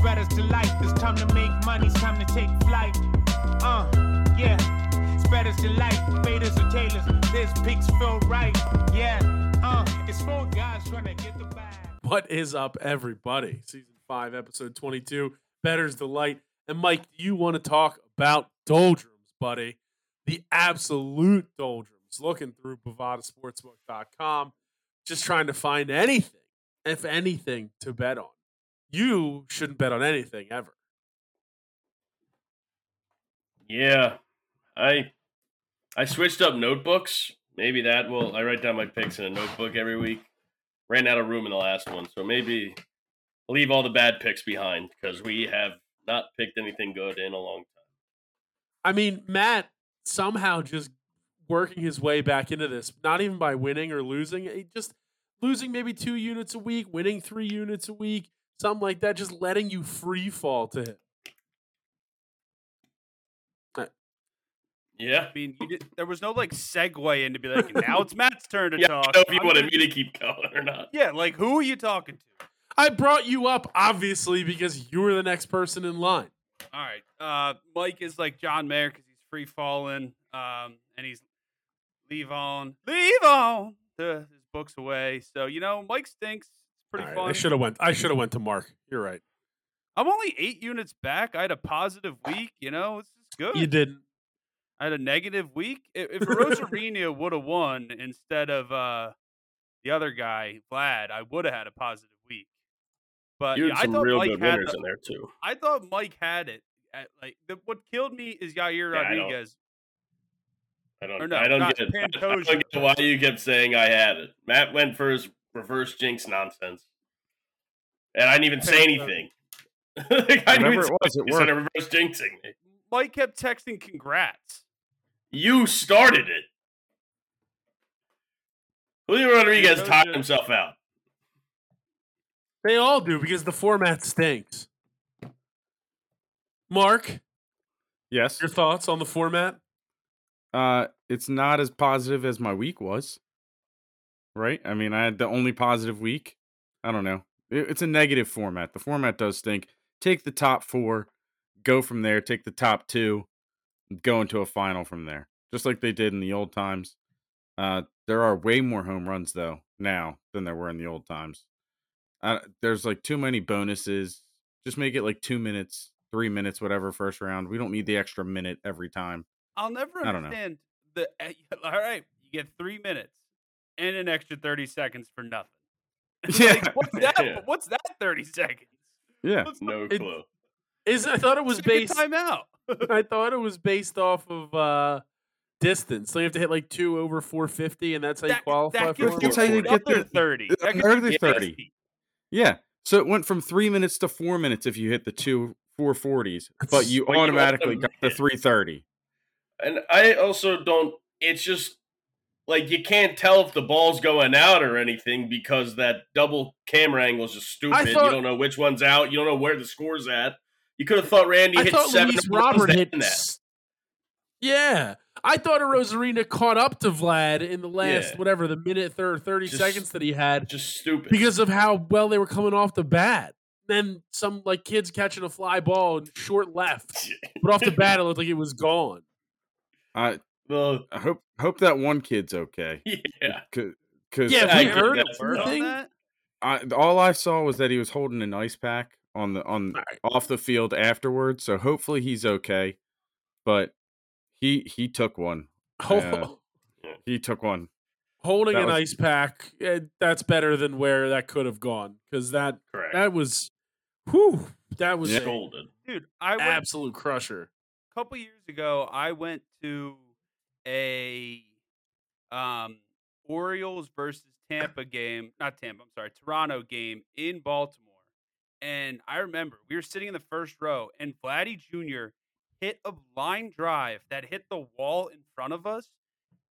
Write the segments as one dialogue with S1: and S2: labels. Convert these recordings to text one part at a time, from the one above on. S1: purpose to life. It's time to make money, it's time to take flight. Uh, yeah. Spreaders delight, faders or tailors. This pigs feel right. Yeah. Uh, it's four guys trying to get the bag.
S2: What is up, everybody? Season 5, episode 22, Better's the Light. And Mike, do you want to talk about doldrums, buddy? The absolute doldrums. Looking through bovadasportsbook.com, just trying to find anything, if anything, to bet on. You shouldn't bet on anything ever.
S3: Yeah, I I switched up notebooks. Maybe that will. I write down my picks in a notebook every week. Ran out of room in the last one, so maybe leave all the bad picks behind because we have not picked anything good in a long time.
S2: I mean, Matt somehow just working his way back into this, not even by winning or losing, eh, just losing maybe two units a week, winning three units a week, something like that, just letting you free fall to him.
S3: Yeah,
S4: I mean, you did, there was no like segue into be like, now it's Matt's turn to
S3: yeah. I
S4: talk.
S3: don't know if you
S4: I'm
S3: wanted
S4: gonna-
S3: me to keep going or not.
S4: Yeah, like who are you talking to?
S2: I brought you up obviously because you were the next person in line.
S4: All right, uh, Mike is like John Mayer because he's free falling, um, and he's leave on, leave on the, his books away. So you know, Mike stinks. It's pretty
S2: All right, I
S4: fun.
S2: should have went. I should have went to Mark. You're right.
S4: I'm only eight units back. I had a positive
S3: Ah.
S4: week. You know, this is good.
S2: You didn't.
S4: I had a negative week. I- If Rosarina would have won instead of uh, the other guy, Vlad, I would have had a positive week. But
S3: You
S4: Uh, yeah,
S3: had
S4: I
S3: some
S4: thought
S3: real
S4: Mike
S3: good
S4: had
S3: winners
S4: the-
S3: in there too.
S4: I thought Mike had it. At, like the, what killed me is Yair
S3: Yeah, I don't-
S4: Rodriguez.
S3: I
S4: or
S3: don't.
S4: no,
S3: I don't
S4: not
S3: get it. I- I don't
S4: Pantoja.
S3: get why you kept saying I had it. Matt went for his reverse jinx nonsense, and I didn't even say
S4: Pantoja.
S3: anything. Like, I didn't
S5: Whatever
S3: even
S5: it
S3: say-
S5: was, it
S3: you started
S5: worked.
S3: reverse jinxing me.
S4: Mike kept texting congrats.
S3: You started it. Julio Rodriguez
S4: Pantoja.
S3: timed himself out.
S2: They all do because the format stinks. Mark,
S5: Yes.
S2: your thoughts on the format?
S5: Uh, it's not as positive as my week was. Right? I mean, I had the only positive week. I don't know. It- It's a negative format. The format does stink. Take the top four, go from there. Take the top two, go into a final from there, just like they did in the old times. Uh, there are way more home runs though now than there were in the old times. Uh, there's like too many bonuses. Just make it like two minutes, three minutes, whatever. First round. We don't need the extra minute every time.
S4: I'll never
S5: I don't know.
S4: understand the. eh, All right, you get three minutes and an extra thirty seconds for nothing. Like, what's that?
S3: Yeah.
S4: What's that thirty seconds?
S5: Yeah.
S4: What's the
S3: No
S2: It-
S3: clue.
S2: Is I thought it was
S4: second
S2: based.
S4: time out?
S2: I thought it was based off of uh, distance. So you have to hit like two over four fifty, and that's how you
S4: That-
S2: qualify
S4: that
S2: for
S4: gives
S2: it.
S4: you
S5: That's how you get
S4: another
S5: the-
S4: thirty. That gives
S5: another
S4: you
S5: 30.
S4: 60.
S5: Yeah. So it went from three minutes to four minutes if you hit the two 440s, but you
S3: But you
S5: automatically got the
S3: automatic-
S5: 330.
S3: And I also don't. It's just like you can't tell if the ball's going out or anything because that double camera angle is just stupid. you
S2: thought-
S3: don't know which one's out. You don't know where the score's at. You could have thought Randy
S2: I
S3: hit
S2: thought
S3: seven.
S2: Luis
S3: home runs
S2: Robert
S3: to
S2: hit.
S3: end that.
S2: s- Yeah, I thought a Rosarina caught up to Vlad in the last
S3: Yeah.
S2: whatever the minute third thirty
S3: Just-
S2: seconds that he had
S3: Just stupid.
S2: because of how well they were coming off the bat. Then some like kids catching a fly ball and short left, but off the bat it looked like it was gone.
S5: I,
S3: Well,
S5: I hope hope that one kid's okay.
S3: yeah.
S5: Because
S2: Yeah,
S3: I
S2: we
S3: get
S2: heard
S3: that.
S2: of
S4: Word on
S2: anything.
S4: that?
S5: all I saw was that he was holding an ice pack on the on
S2: Alright.
S5: off the field afterwards. So hopefully he's okay. But he he took one. Yeah. He took one.
S2: Holding
S5: That
S2: an
S5: was-
S2: ice pack, eh, that's better than where that could have gone because that
S3: correct.
S2: that was, whew, that was
S5: Yeah.
S2: an
S3: Scolded.
S4: Dude, I went
S2: absolute crusher.
S4: couple years ago, I went to a um, Orioles versus Tampa game. Not Tampa, I'm sorry, Toronto game in Baltimore. And I remember we were sitting in the first row, and Vladdy Jr. hit a line drive that hit the wall in front of us.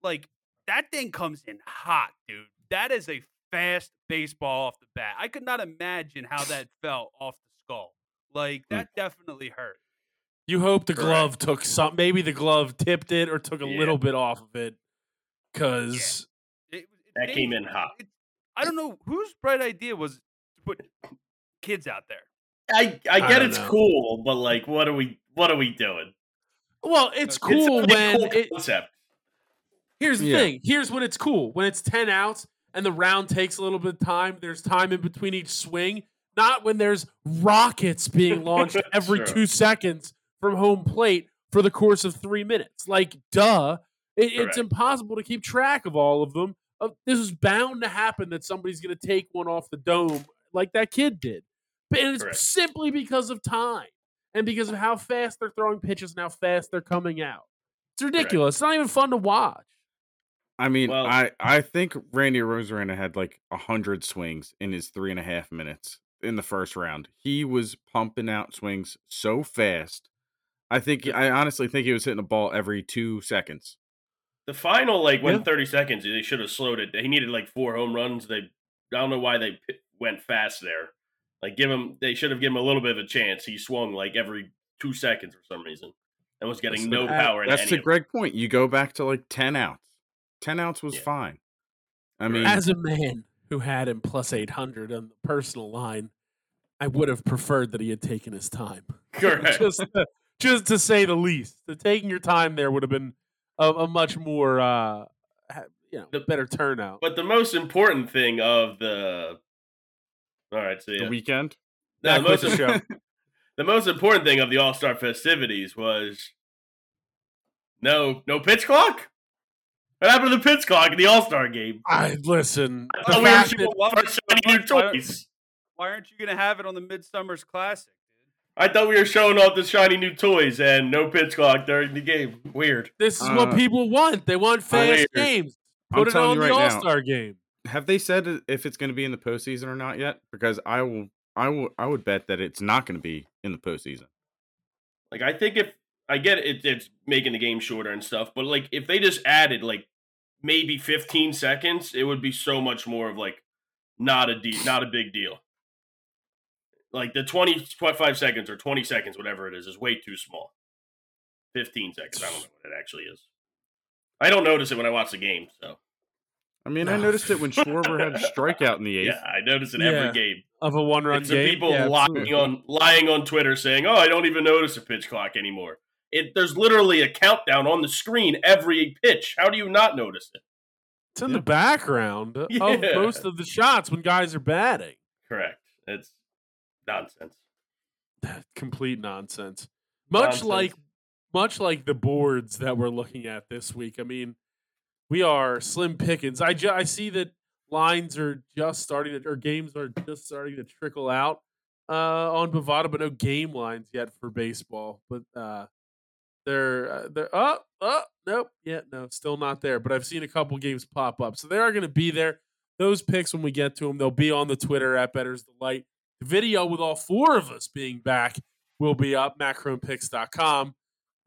S4: Like that thing comes in hot, dude. That is a fast baseball off the bat. I could not imagine how that felt off the skull. Like that definitely hurt.
S2: You hope the
S3: Correct.
S2: glove took some. Maybe the glove tipped it or took a
S3: Yeah.
S2: little bit off of it. Because
S4: It, it-
S3: That
S4: they-
S3: came in hot.
S4: it- I don't know whose bright idea was to put kids out there.
S3: I I
S2: I
S3: get
S2: don't
S3: it's
S2: know.
S3: cool, but like, what are we what are we doing?
S2: Well, it's
S4: Okay.
S2: cool
S3: a pretty
S2: when
S3: cool
S2: it,
S3: concept.
S2: here's the
S5: Yeah.
S2: thing. Here's when it's cool. When it's 10 outs and the round takes a little bit of time, there's time in between each swing, not when there's rockets being launched every
S3: Sure.
S2: 2 seconds from home plate for the course of 3 minutes. Like duh, It- it's
S3: Correct.
S2: impossible to keep track of all of them. Uh, this is bound to happen that somebody's going to take one off the dome like that kid did. But and it's
S3: Correct.
S2: simply because of time and because of how fast they're throwing pitches and how fast they're coming out. It's ridiculous. It's not even fun to watch.
S5: I mean,
S3: Well-
S5: I I think Randy Rosarena had like a hundred swings in his three and a half minutes in the first round. He was pumping out swings so fast. I think I honestly think he was hitting a ball every two seconds.
S3: The final like went
S2: Yeah.
S3: thirty seconds. They should have slowed it. He needed like four home runs. They I don't know why they p- went fast there. Like give him they should have given him a little bit of a chance. He swung like every two seconds for some reason and was getting
S2: That's
S3: no
S2: the-
S3: power. in
S5: That's
S3: any
S5: a
S3: of
S5: great point. You go back to like ten outs. Ten outs was
S3: Yeah.
S5: fine. I
S3: Correct.
S5: mean,
S2: As a man who had him plus 800 on the personal line, I would have preferred that he had taken his time.
S3: it. correct.
S2: just, just to say the least. The taking your time there would have been a, a much more, uh, ha- you know,
S3: The-
S2: better turnout.
S3: But the most important thing of the all right, so yeah,
S5: the weekend.
S3: No, the
S2: Back with
S3: most
S2: the show.
S3: the most important thing of the All Star festivities was no no pitch clock. What happened to the pitch clock in the All Star game?
S2: I listen.
S3: I
S2: the
S3: thought we were
S2: fact
S3: shooting
S2: that-
S4: Why-
S3: for shiny new
S4: why-
S3: toys.
S4: Why aren't you gonna have it on the Midsummer's Classic, dude?
S3: I thought we were showing off the shiny new toys and no pitch clock during the game. Weird.
S2: this is
S5: Uh,
S2: what people want. They want fast
S3: weird.
S2: games.
S5: I'm
S2: Put it
S5: telling
S2: on
S5: you
S2: the
S5: right
S2: All
S5: now,
S2: Star game.
S5: have they said i- if it's going to be in the postseason or not yet? Because I will, I will, I would bet that it's not going to be in the postseason.
S3: Like I think if I get it, it's making the game shorter and stuff, but like if they just added like maybe 15 seconds, it would be so much more of like not a de- not a big deal. Like the 20 25 seconds or 20 seconds whatever it is is way too small. 15 seconds, I don't know what it actually is. I don't notice it when I watch the game, so
S5: I mean, I
S2: No.
S5: noticed it when Schwarber had a strikeout in the eighth.
S3: yeah, I notice it
S2: Yeah.
S3: every game.
S2: Of a one run
S3: It's the
S2: game.
S3: people
S2: Yeah,
S3: lying
S2: absolutely.
S3: on lying on Twitter saying, "Oh, I don't even notice a pitch clock anymore." It there's literally a countdown on the screen every pitch. How do you not notice it?
S2: It's in the background of
S3: Yeah.
S2: most of the shots when guys are batting.
S3: Correct. It's nonsense.
S2: Complete nonsense. Much
S3: Nonsense.
S2: like much like the boards that we're looking at this week. I mean, we are slim pickings. I ju- I see that lines are just starting to, or games are just starting to trickle out uh, on Bovada, but no game lines yet for baseball. But uh, they're uh, they're up, up, nope, yeah, no, still not there. But I've seen a couple games pop up, so they are going to be there. Those picks when we get to them, they'll be on the Twitter at Better's Delight. The video with all four of us being back will be up macronpicks.com.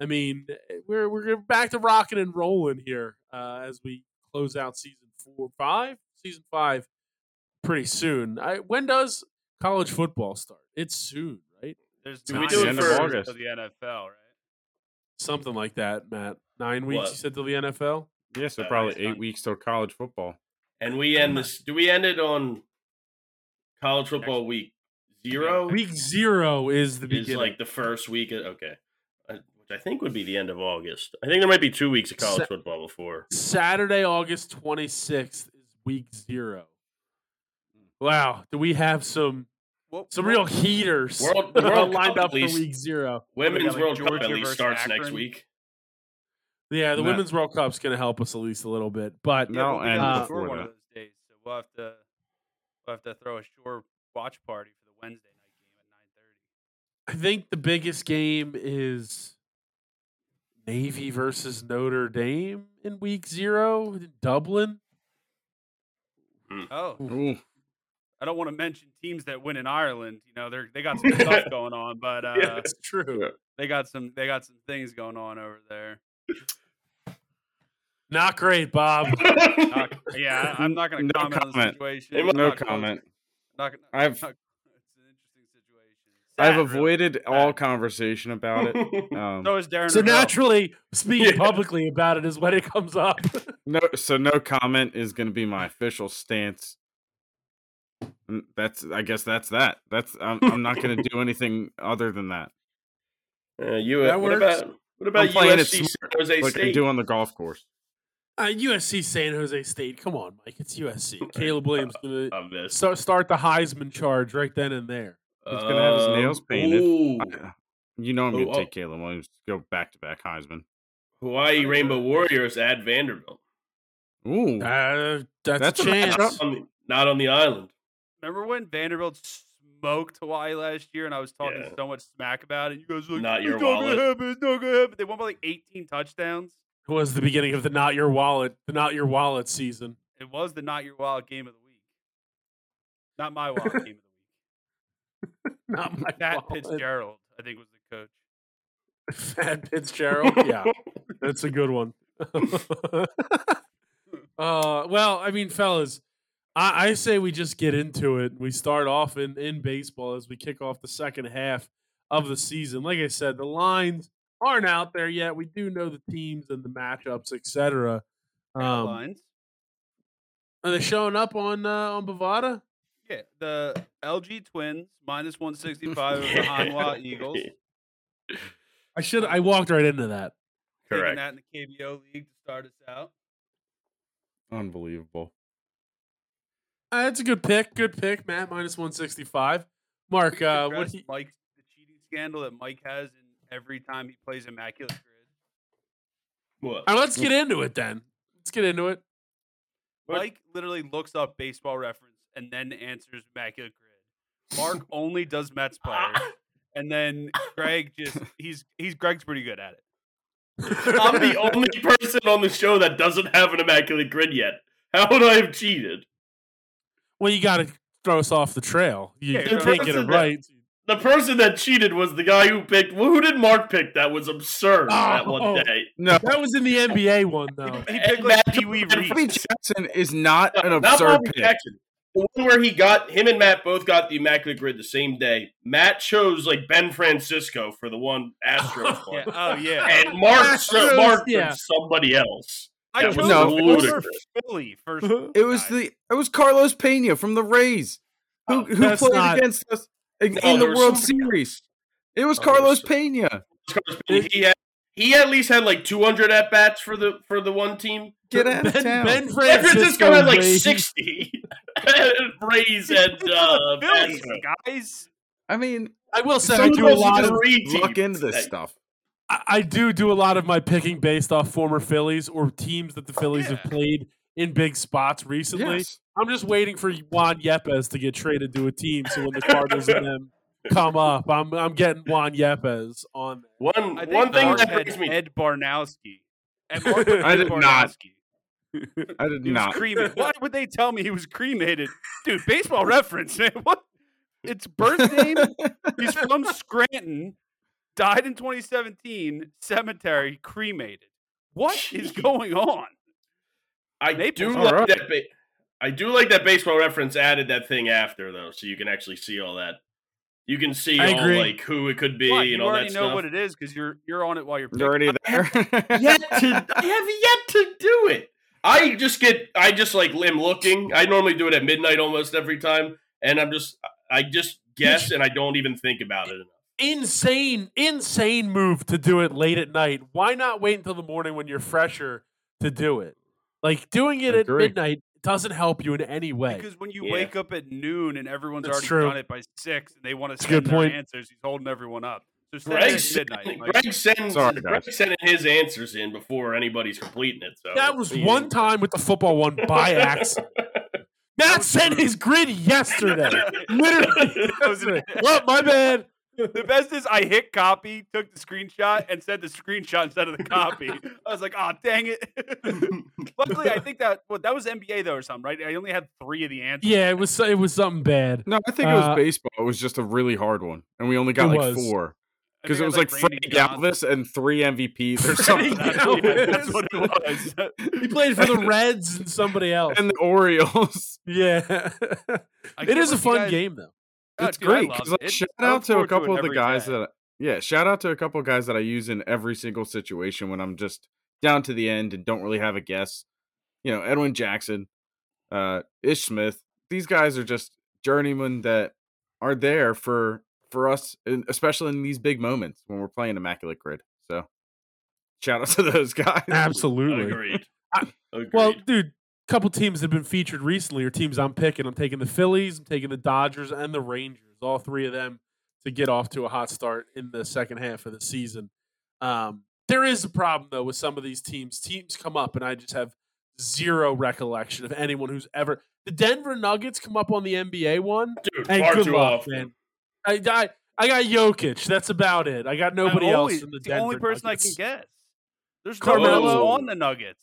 S2: I mean, we're we're back to rocking and rolling here uh, as we close out season four, five, season five, pretty soon. I, when does college football start? It's soon, right?
S4: There's
S2: Do we
S4: nine
S2: do it
S4: games
S2: for-
S4: till the NFL, right?
S2: Something like that, Matt. Nine weeks
S3: What?
S2: you said till the NFL.
S5: Yeah, so
S3: Uh,
S5: probably
S3: it's
S5: eight
S3: not-
S5: weeks till college football.
S3: And we end this. Do we end it on college football week zero?
S2: Week zero is the
S3: is
S2: beginning.
S3: like the first week. Of, okay, Uh, which I think would be the end of August. I think there might be two weeks of college
S2: Sa-
S3: football before.
S2: Saturday, August 26th is week zero.
S3: Hmm.
S2: Wow, do we have some
S4: What,
S2: some
S4: what-
S2: real heaters
S3: World- the World
S2: lined
S3: Cup,
S2: up
S3: at least.
S2: for week zero?
S4: we
S3: Women's
S4: got, like,
S3: World Cup
S4: Georgia
S3: at least
S4: versus
S3: starts next
S4: Akron?
S3: week.
S2: Yeah, the
S5: No.
S2: Women's World Cup's going to help us at least a little bit, but
S3: Mm.
S4: Yeah,
S5: No,
S4: but we
S5: and
S4: got
S2: uh,
S4: before
S5: before
S4: one of
S5: that.
S4: those days, so we'll have to we'll have to throw a shore watch party for the Wednesday night game at nine thirty.
S2: I think the biggest game is Navy versus Notre Dame in week zero in Dublin.
S4: Oh,
S5: Ooh,
S4: I don't want to mention teams that win in Ireland. You know, they're they got some stuff going on, but uh,
S2: That's true.
S4: they got some they got some things going on over there.
S2: Not great, Bob.
S4: Not- yeah, I- I'm not going
S5: No
S4: to comment, on the
S5: comment.
S4: situation.
S3: No
S4: I'm
S5: no
S4: not close-
S5: comment.
S4: Not, gonna-
S5: I've-
S4: not- it's an interesting situation.
S5: I've
S4: Sad, really.
S5: avoided all
S4: Sad.
S5: conversation about it. Um,
S4: So is Darren.
S2: So
S4: Ravel.
S2: naturally, speaking
S3: Yeah.
S2: publicly about it is when it comes up.
S5: no, so no comment is going to be my official stance. And that's I guess that's that. That's I'm, I'm not going to do anything other than that.
S3: Uh, you
S2: That
S3: what
S2: works.
S3: about what about
S5: I'm playing it
S3: USC San Jose
S5: Like I
S3: State?
S5: do on the golf course.
S2: Uh, USC San Jose State. Come on, Mike. It's USC. Caleb Williams gonna
S3: of this.
S2: start start the Heisman charge right then and there.
S5: He's gonna have his nails
S3: Um,
S5: painted.
S3: ooh,
S5: I- uh, you know I'm going
S3: Oh,
S5: to
S3: oh.
S5: take Caleb Williams. Go back to back Heisman.
S3: Hawaii Rainbow Warriors at Vanderbilt.
S5: Ooh,
S2: Uh, that's,
S5: That's
S2: a
S5: a
S2: chance.
S5: matchup.
S3: Not on the, not on the island.
S4: Remember when Vanderbilt smoked Hawaii last year, and I was talking
S3: Yeah.
S4: so much smack about it? You guys were like,
S3: Not your
S4: it's not
S3: wallet."
S4: gonna happen. It's not gonna happen. They won by like 18 touchdowns.
S2: It was the beginning of the not your wallet, the not your wallet season.
S4: It was the not your wild game of the week, not my wild game of the week.
S2: Not my
S4: Pat
S2: wallet.
S4: Fitzgerald, I think, was the coach.
S2: Fat Fitzgerald. Yeah, that's a good one. uh, well, I mean, fellas, I, I say we just get into it. We start off in, in baseball as we kick off the second half of the season. Like I said, the lines aren't out there yet. We do know the teams and the matchups, etc. Um,
S4: Lines.
S2: are they showing up on uh, on Bovada?
S4: Yeah, the LG Twins minus 165 over the Hanwha Eagles.
S2: I should. I walked right into that.
S4: Taking
S3: Correct.
S4: that in the KBO league to start us out.
S5: unbelievable.
S2: Uh, that's a good pick. Good pick, Matt. Minus one sixty five. Mark, uh, what
S4: Address
S2: do you,
S4: Mike, the cheating scandal that Mike has in every time he plays Immaculate Grid.
S3: What?
S2: All right, let's get into it then. Let's get into it.
S3: What?
S4: Mike literally looks up baseball reference and then answers Immaculate Grid. Mark only does Mets players. And then Greg just he's he's Greg's pretty good at it.
S3: I'm the only person on the show that doesn't have an immaculate grid yet. How would I have cheated?
S2: well, you got to throw us off the trail. You,
S4: Yeah,
S2: you
S4: the
S2: can't get it
S3: person that-
S2: right.
S3: The person that cheated was the guy who picked. Well, who did Mark pick? That was absurd. that
S2: Oh.
S3: one day.
S5: No,
S2: That was in the NBA one though.
S4: He
S3: And
S4: picked like
S3: Matt
S4: Pee Wee
S3: Johnson
S4: Reese.
S5: Bobby Jackson is not an
S3: Not
S5: absurd
S3: Bobby
S5: pick.
S3: Jackson. The one where he got him and Matt both got the immaculate grid the same day. Matt chose like Ben Francisco for the one Astros
S4: Yeah,
S3: one,
S4: oh yeah.
S3: and Mark
S2: Astros,
S3: Mark
S2: yeah.
S3: chose somebody else.
S4: I
S3: That
S4: chose
S3: was
S5: No,
S4: no,
S3: ludicrous.
S4: Philly first.
S5: It was
S4: guys.
S5: the it was Carlos Pena from the Rays who,
S3: Oh,
S5: who
S2: that's
S5: played
S2: not-
S5: against us in,
S3: No,
S5: in the
S3: there was
S5: World
S3: somebody else.
S5: Series. It was
S3: Oh, there
S5: Carlos
S3: was
S5: Pena.
S3: Carlos Pena, He had he at least had like 200 at bats for the for the one team.
S5: Get out
S2: Ben,
S5: of town.
S2: ben
S3: San
S2: Francisco,
S3: Francisco had like
S2: Ray.
S3: 60. Rays and uh,
S4: Phillies,
S3: Astros.
S4: guys.
S5: I mean,
S2: I will say
S5: Some
S2: I
S5: of
S2: do a
S5: those you
S2: lot
S5: just
S2: of
S3: Three
S5: look
S3: teams
S5: into this
S3: today.
S5: stuff.
S2: I I do do a lot of my picking based off former Phillies or teams that the Phillies
S4: Yeah.
S2: have played in big spots recently.
S5: Yes.
S2: I'm just waiting for Juan Yepes to get traded to a team, so when the Cardinals and them come up, I'm I'm getting Juan Yepes on. there.
S3: One
S4: I think
S3: one thing
S4: Mark
S3: that
S4: had
S3: brings me
S4: Ed Barnowski. And Mark was
S5: I
S4: Ed
S5: did not.
S4: Barnowski.
S5: I did
S4: He
S5: not.
S4: was cremated. Why would they tell me he was cremated? Dude, baseball reference, man. What? It's birth name. He's from Scranton. Died in 2017. Cemetery cremated. What is
S3: Jeez.
S4: going on?
S3: I
S4: Naples.
S3: do
S5: All
S3: like
S5: right.
S3: that. Ba- I do like that baseball reference added that thing after though, so you can actually see all that. You can see
S2: I
S3: all
S2: agree.
S3: like who it could be
S4: Why,
S3: and
S4: you
S3: all
S4: already
S3: that
S4: know
S3: stuff.
S4: what it is because you're you're on it while you're
S5: You're already there.
S3: yet to, I have yet to do it. I just get. I just like am looking. I normally do it at midnight almost every time, and I'm just. I just guess and I don't even think about it.
S2: Insane, insane move to do it late at night. Why not wait until the morning when you're fresher to do it? Like doing it
S5: Agree.
S2: at midnight doesn't help you in any way.
S4: Because when you
S3: Yeah.
S4: wake up at noon and everyone's
S2: That's
S4: already
S2: true.
S4: done it by six, and they want to
S2: a
S4: send
S2: good
S4: their
S2: point.
S4: answers, he's holding everyone up. So send it
S3: Greg,
S4: at
S3: sent-
S4: midnight. like,
S3: Greg sends.
S5: Sorry,
S3: Greg
S5: guys.
S3: sending his answers in before anybody's completing it. So
S2: that was
S3: you-
S2: one time with the football one by accident. Matt
S4: was
S2: sent
S4: brutal.
S2: his grid yesterday. Literally.
S4: That was an-
S2: well, my bad.
S4: the best is I hit copy, took the screenshot, and sent the screenshot instead of the copy. I was like, oh dang it. Luckily, I think that well, that was NBA though or something, right? I only had three of the answers.
S2: Yeah, it was it was something bad.
S5: no, I think it was
S2: Uh,
S5: baseball. It was just a really hard one, and we only got
S2: It was.
S5: like four
S4: I
S5: because
S4: think I
S5: it was
S4: had,
S5: like Frank
S4: Johnson.
S5: Galvis and three MVPs or
S2: Freddie
S5: something.
S4: That's- yeah, that's
S2: Galvis.
S4: what it was.
S2: He played for the Reds and somebody else.
S5: and the Orioles.
S2: Yeah.
S4: I
S2: it
S4: can't
S2: is a
S4: believe you
S2: fun
S4: guys-
S2: game though.
S4: Oh,
S5: it's
S4: dude, I
S5: great
S4: love
S5: 'cause,
S4: it.
S5: like,
S4: It's-
S5: shout
S4: I look
S5: out to a
S4: forward it
S5: couple of the
S4: every
S5: guys
S4: day.
S5: that yeah shout out to a couple of guys that i use in every single situation when i'm just down to the end and don't really have a guess you know edwin jackson uh ish smith these guys are just journeymen that are there for for us, and especially in these big moments when we're playing Immaculate Grid. So, shout out to those guys.
S2: Absolutely.
S3: Agreed.
S2: I-
S3: Agreed.
S2: Well, dude, a couple teams that have been featured recently are teams I'm picking. I'm taking the Phillies, I'm taking the Dodgers, and the Rangers. All three of them to get off to a hot start in the second half of the season. Um, there is a problem though with some of these teams. Teams come up, and I just have zero recollection of anyone who's ever. The Denver Nuggets come up on the NBA one.
S3: dude,
S2: Hey,
S3: far
S2: good
S3: too
S2: luck,
S3: often.
S2: man. I, I I got Jokic. That's about it. I got nobody
S4: I'm
S2: else.
S4: always-
S2: in the,
S4: it's the only
S2: Denver
S4: person
S2: Nuggets.
S4: I can guess. There's
S2: Carmelo.
S4: no one else on the Nuggets.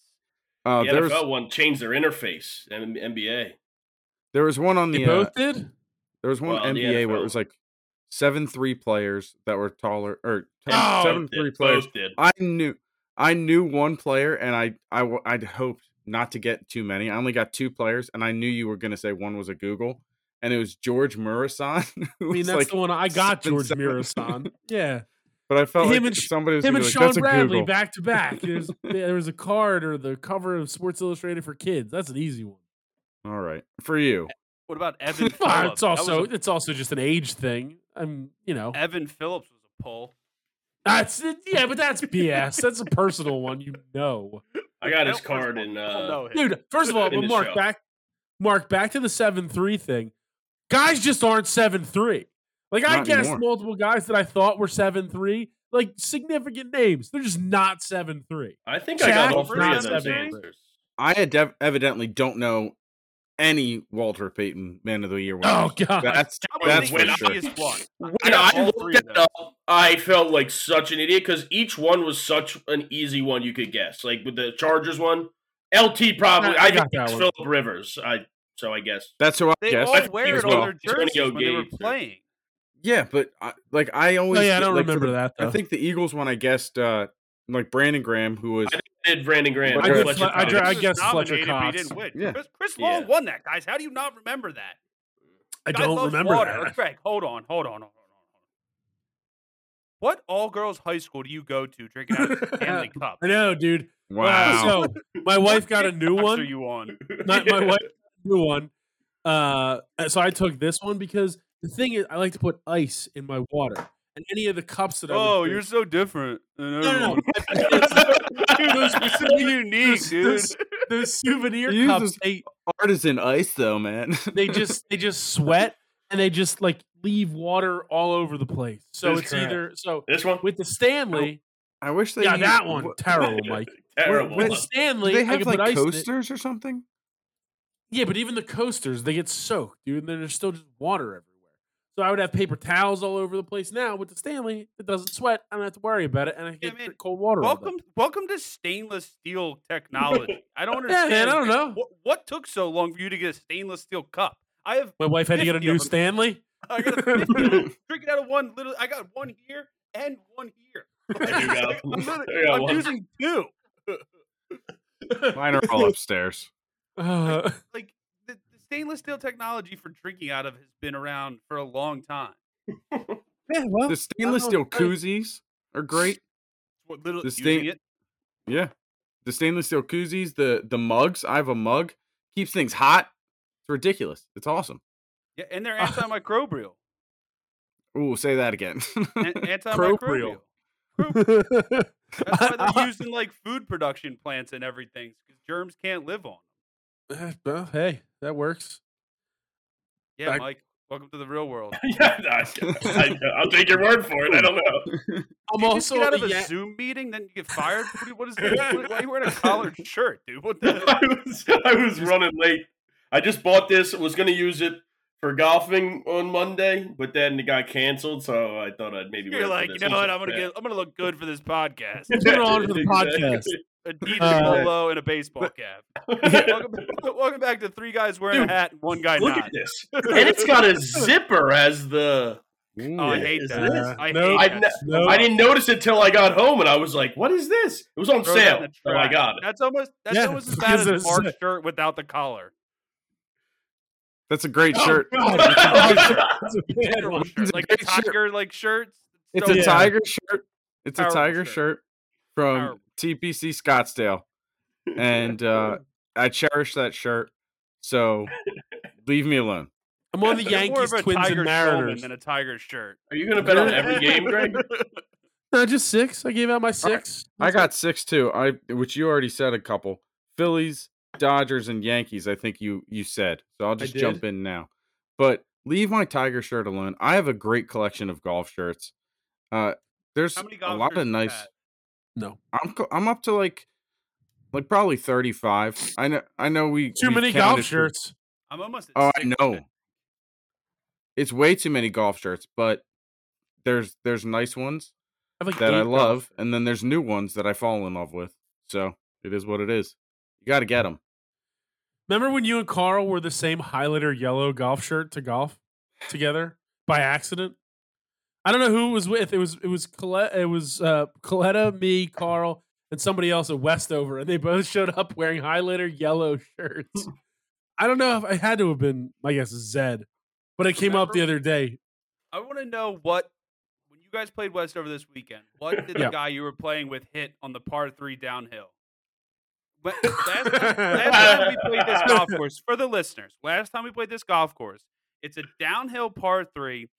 S5: Uh,
S3: the
S5: there was
S3: NFL one changed their interface and NBA.
S5: there was one on
S2: They
S5: the uh,
S2: both did.
S5: there was one
S3: Well, the
S5: NBA where it
S3: NFL.
S5: was like seven three players that were taller or ten,
S2: Oh,
S5: seven
S3: Both
S5: three
S3: did,
S5: players.
S3: Both did.
S5: I knew I knew one player, and I I w- I'd hoped not to get too many. I only got two players, and I knew you were gonna say one was a Google, and it was George Murison.
S2: I mean, that's the one I got.
S5: seven,
S2: George
S5: seven.
S2: Mirasan. Yeah.
S5: but I felt
S2: him
S5: like
S2: and Sh-
S5: somebody was
S2: Him and
S5: gonna be like,
S2: Sean
S5: that's a
S2: Bradley
S5: Google.
S2: back to back. There's there was a card or the cover of Sports Illustrated for kids. That's an easy one. Ah,
S5: All right, for you.
S4: What about Evan? Phillips?
S2: it's
S4: That was
S2: also
S4: a-
S2: it's also just an age thing. I'm you know
S4: Evan Phillips was a pull.
S2: that's yeah, but that's BS. That's a personal one. You know,
S3: I got his
S4: That was
S3: card
S4: one.
S3: in.
S4: I don't
S3: Uh,
S4: know him.
S2: dude. First of all,
S3: In
S2: but
S3: the
S2: Mark
S3: show.
S2: back, Mark back to the seven three thing. Guys just aren't seven three. Like I
S5: Not
S2: guessed
S5: anymore.
S2: multiple guys that I thought were seven three, like significant names. They're just not seven three.
S3: I think I
S2: Jack
S3: got all
S2: was
S3: three
S2: not
S3: of those
S2: seven.
S3: answers.
S5: I had dev- evidently don't know any Walter Payton Man of the Year winner.
S2: Oh god,
S5: that's
S4: I don't
S5: that's
S4: think
S5: for
S4: he
S5: sure.
S4: is one.
S3: When
S4: got
S3: I
S4: all
S3: looked
S4: three of
S3: that up, I felt like such an idiot because each one was such an easy one you could guess. Like with the Chargers one, LT probably.
S2: I
S3: I,
S2: got
S3: think
S2: that
S3: it's
S2: one.
S3: Philip Rivers. I so I guess
S5: That's who I
S4: They
S5: guessed.
S4: all
S3: think
S4: wear
S5: as
S4: it on
S5: well.
S4: their jerseys
S3: Antonio
S4: when they were
S3: Gates or-
S4: playing.
S5: Yeah, but I, like I always
S2: Oh, yeah, I don't
S5: like, for the-
S2: remember that. Though.
S5: I think the Eagles one I guessed uh like Brandon Graham who was
S3: I did Brandon Graham.
S5: I did
S3: Fletcher
S2: Fle- I
S3: Cox.
S2: dra-
S4: He
S2: I
S4: was
S2: guess Fletcher
S4: nominated, but he
S2: Cox.
S4: didn't win.
S5: Yeah.
S4: Chris, Chris
S3: Yeah.
S4: Long won that, guys. How do you not remember that?
S2: I
S4: Guy
S2: don't
S4: loves
S2: remember
S4: water.
S2: that.
S4: Greg, hold on, hold on, hold on, hold on. What all girls high school do you go to drinking out of the Stanley Cup?
S2: I know, dude.
S5: wow.
S2: So my wife got a new
S4: What
S2: one.
S4: Are you on?
S2: my, my wife new one. Uh, so I took this one because the thing is, I like to put ice in my water and any of the cups that I.
S5: Oh,
S2: would drink-
S4: Oh, so different. No,
S2: no, no, no. those,
S4: so unique,
S2: those-
S4: dude.
S2: those- those souvenir
S5: You
S2: cups,
S5: just-
S2: they
S5: artisan ice though, man.
S2: they just they just sweat and they just like leave water all over the place. So
S3: That's
S2: it's
S3: correct.
S2: either so
S3: This one,
S2: with the Stanley,
S5: I wish they
S2: yeah,
S5: used-
S2: that one
S5: wha-
S2: terrible, Mike.
S3: terrible.
S2: With
S5: Wait,
S2: the
S5: wait,
S2: Stanley,
S5: Do they
S2: I
S5: have
S2: could
S5: like
S2: put ice in it.
S5: coasters or something?
S2: Yeah, but even the coasters, they get soaked, dude, and then there's still just water everywhere. So I would have paper towels all over the place. Now with the Stanley, it doesn't sweat. I don't have to worry about it, and I can
S4: Yeah,
S2: get
S4: man.
S2: cold water. all day.
S4: Welcome, welcome to stainless steel technology. I don't
S2: Yeah,
S4: understand.
S2: man. I don't know.
S4: What, what took so long for you to get a stainless steel cup? I have,
S2: My wife had to get a
S4: 50 of
S2: new
S4: them.
S2: Stanley.
S4: I got a 50 of them. drinking out of one little. I got one here and one here.
S3: I do got-
S4: I'm, literally-
S3: I got
S4: I'm
S3: one.
S4: using two.
S5: Mine are all upstairs.
S2: Uh,
S4: Like the, the stainless steel technology for drinking out of has been around for a long time.
S2: yeah, well,
S5: The stainless
S2: know,
S5: steel
S2: I-
S5: koozies are great.
S4: What little
S5: The
S4: using
S5: stain-
S4: it.
S5: Yeah. The stainless steel koozies, the the mugs. I have a mug. Keeps things hot. It's ridiculous. It's awesome.
S4: Yeah, and they're
S2: Uh,
S4: antimicrobial.
S5: Ooh, say that again.
S4: An- antimicrobial. That's why they're used in like food production plants and everything because germs can't live on. 'em.
S2: well, hey, that works.
S4: Yeah,
S2: Back-
S4: Mike, welcome to the real world.
S3: yeah, I, I, I'll take your word for it. I don't know.
S2: I'm
S4: You just
S2: also
S4: get out of a
S2: yeah,
S4: Zoom meeting, then you get fired. What, what is this? What- Why are you wearing a collared shirt, dude? What the?
S3: I was, I was running late. I just bought this. Was going to use it for golfing on Monday, but then it got canceled. So I thought I'd maybe.
S4: You're like, you know what? I'm gonna get. I'm gonna look good for this podcast.
S2: Put it on for the podcast.
S4: A DJ
S2: Uh,
S4: polo and a baseball cap. welcome, welcome back to three guys wearing
S2: Dude,
S4: a hat and one guy
S3: Look
S4: not.
S3: at this, and it's got a zipper as the.
S5: Ooh.
S4: Oh, I
S3: Yeah,
S4: hate
S3: is
S4: that.
S2: this-
S4: I hate
S2: Nope.
S4: that.
S3: I've ne-
S2: No,
S3: I didn't notice it till I got home, and I was like, "What is this?" It was on
S4: Oh. Throw that in
S3: sale.
S4: the
S3: Oh my
S4: trash.
S3: god!
S4: That's almost that's
S2: Yeah,
S4: almost as
S2: because
S4: bad
S2: it's-
S4: as Mark's shirt without the collar.
S5: That's a great shirt.
S2: That's a bad
S4: Terrible
S2: one.
S4: shirt. Like the
S5: great shirt.
S4: tiger like shirts.
S5: It's
S4: so
S5: a
S2: Yeah.
S5: tiger shirt. It's a
S4: Powerful
S5: tiger
S4: shirt.
S5: shirt from
S4: Powerful.
S5: TPC Scottsdale, and uh, I cherish that shirt. So leave me alone.
S2: I'm on the
S4: They're more
S2: Yankees,
S4: of a
S2: Twins,
S4: Tigers
S2: and
S4: Shulman
S2: Mariners.
S4: than a Tiger shirt.
S3: Are you going to bet on every game, Greg?
S2: No, just six. I gave out my six.
S5: I got six too. I which you already said a couple. Phillies, Dodgers, and Yankees. I think you you said. So I'll just jump in now. But leave my tiger shirt alone. I have a great collection of golf shirts. Uh, there's
S4: How many
S5: a
S4: golf
S5: lot
S4: shirts
S5: of
S4: you
S5: nice.
S4: got?
S2: no.
S5: I'm co- I'm up to like like probably 35. I know I know we
S2: Too
S5: we've
S2: many golf
S5: counted for-
S2: shirts.
S4: I'm almost. At
S5: Oh, I
S4: six.
S5: know. It's way too many golf shirts, but there's there's nice ones
S2: I have like
S5: that
S2: eight
S5: I
S2: golf
S5: love,
S2: shirts.
S5: and then there's new ones that I fall in love with. So it is what it is. You got to get them.
S2: Remember when you and Carl wore the same highlighter yellow golf shirt to golf together by accident? I don't know who it was with. It was it was Colette, it was uh, Coletta, me, Carl, and somebody else at Westover, and they both showed up wearing highlighter yellow shirts. I don't know if I had to have been, I guess, Zed, but it came up the other day.
S4: I want to know what when you guys played Westover this weekend. What did
S2: Yeah.
S4: the guy you were playing with hit on the par three downhill? But last, last time we played this golf course for the listeners. Last time we played this golf course, it's a downhill par three.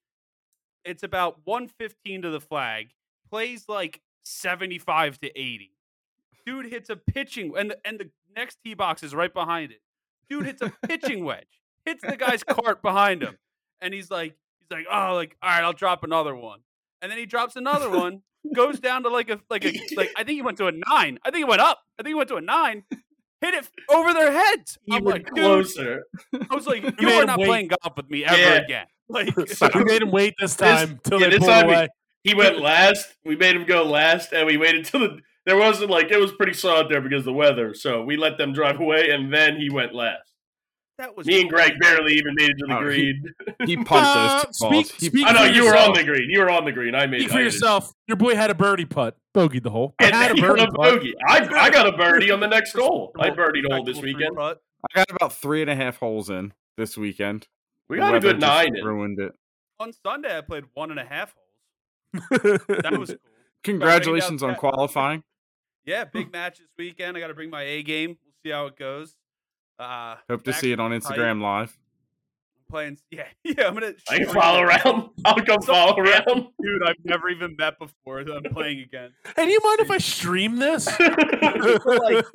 S4: It's about one fifteen to the flag. Plays like seventy five to eighty. Dude hits a pitching and the, and the next tee box is right behind it. Dude hits a pitching wedge. Hits the guy's cart behind him, and he's like he's like oh like all right I'll drop another one, and then he drops another one. Goes down to like a like a like I think he went to a nine. I think he went up. I think he went to a nine hit it over their heads.
S3: You
S4: I'm
S3: were
S4: like, dude,
S3: closer.
S4: I was like, you
S2: made
S4: are
S2: him
S4: not
S2: wait.
S4: playing golf with me ever
S3: Yeah.
S4: again. Like,
S2: So we made him wait this time till
S3: yeah,
S2: they
S3: this
S2: pulled
S3: time we-
S2: away.
S3: He went last. We made him go last, and we waited till the. There wasn't like it was pretty solid there because of the weather, so we let them drive away, and then he went last.
S4: that was
S3: Me and Greg barely even made it to the
S5: Oh, he-
S3: green.
S5: He pumped those two
S2: Uh,
S5: balls.
S2: speak-
S5: He
S2: speak
S3: I know
S2: for
S3: you were on
S2: yourself.
S3: the green. You were on the green. I made.
S2: Speak
S3: I
S2: for
S3: did.
S2: yourself. Your boy had a birdie putt, bogeyed the hole. I
S3: And
S2: had a
S3: then you
S2: birdie
S3: got a
S2: putt.
S3: bogey. I, I got a birdie on the next hole. I birdied hole
S4: Respectable
S3: this
S4: three
S3: weekend.
S4: putt.
S5: I got about three and a half holes in this weekend.
S3: We
S5: The
S3: got a
S5: weather
S3: good
S5: just
S3: nine. in.
S5: Ruined it.
S4: On Sunday, I played one and a half holes. That was cool.
S5: Congratulations on
S4: that-
S5: qualifying.
S4: Yeah, big match this weekend. I got to bring my A game. We'll see how it goes. Uh,
S5: Hope to
S4: back
S5: see it on
S4: tight.
S5: Instagram Live.
S4: playing. Yeah, yeah. I'm gonna.
S3: I can follow around. I'll come follow around.
S4: dude. I've never even met before that I'm playing against
S2: Hey, do you mind if I stream this?
S4: like-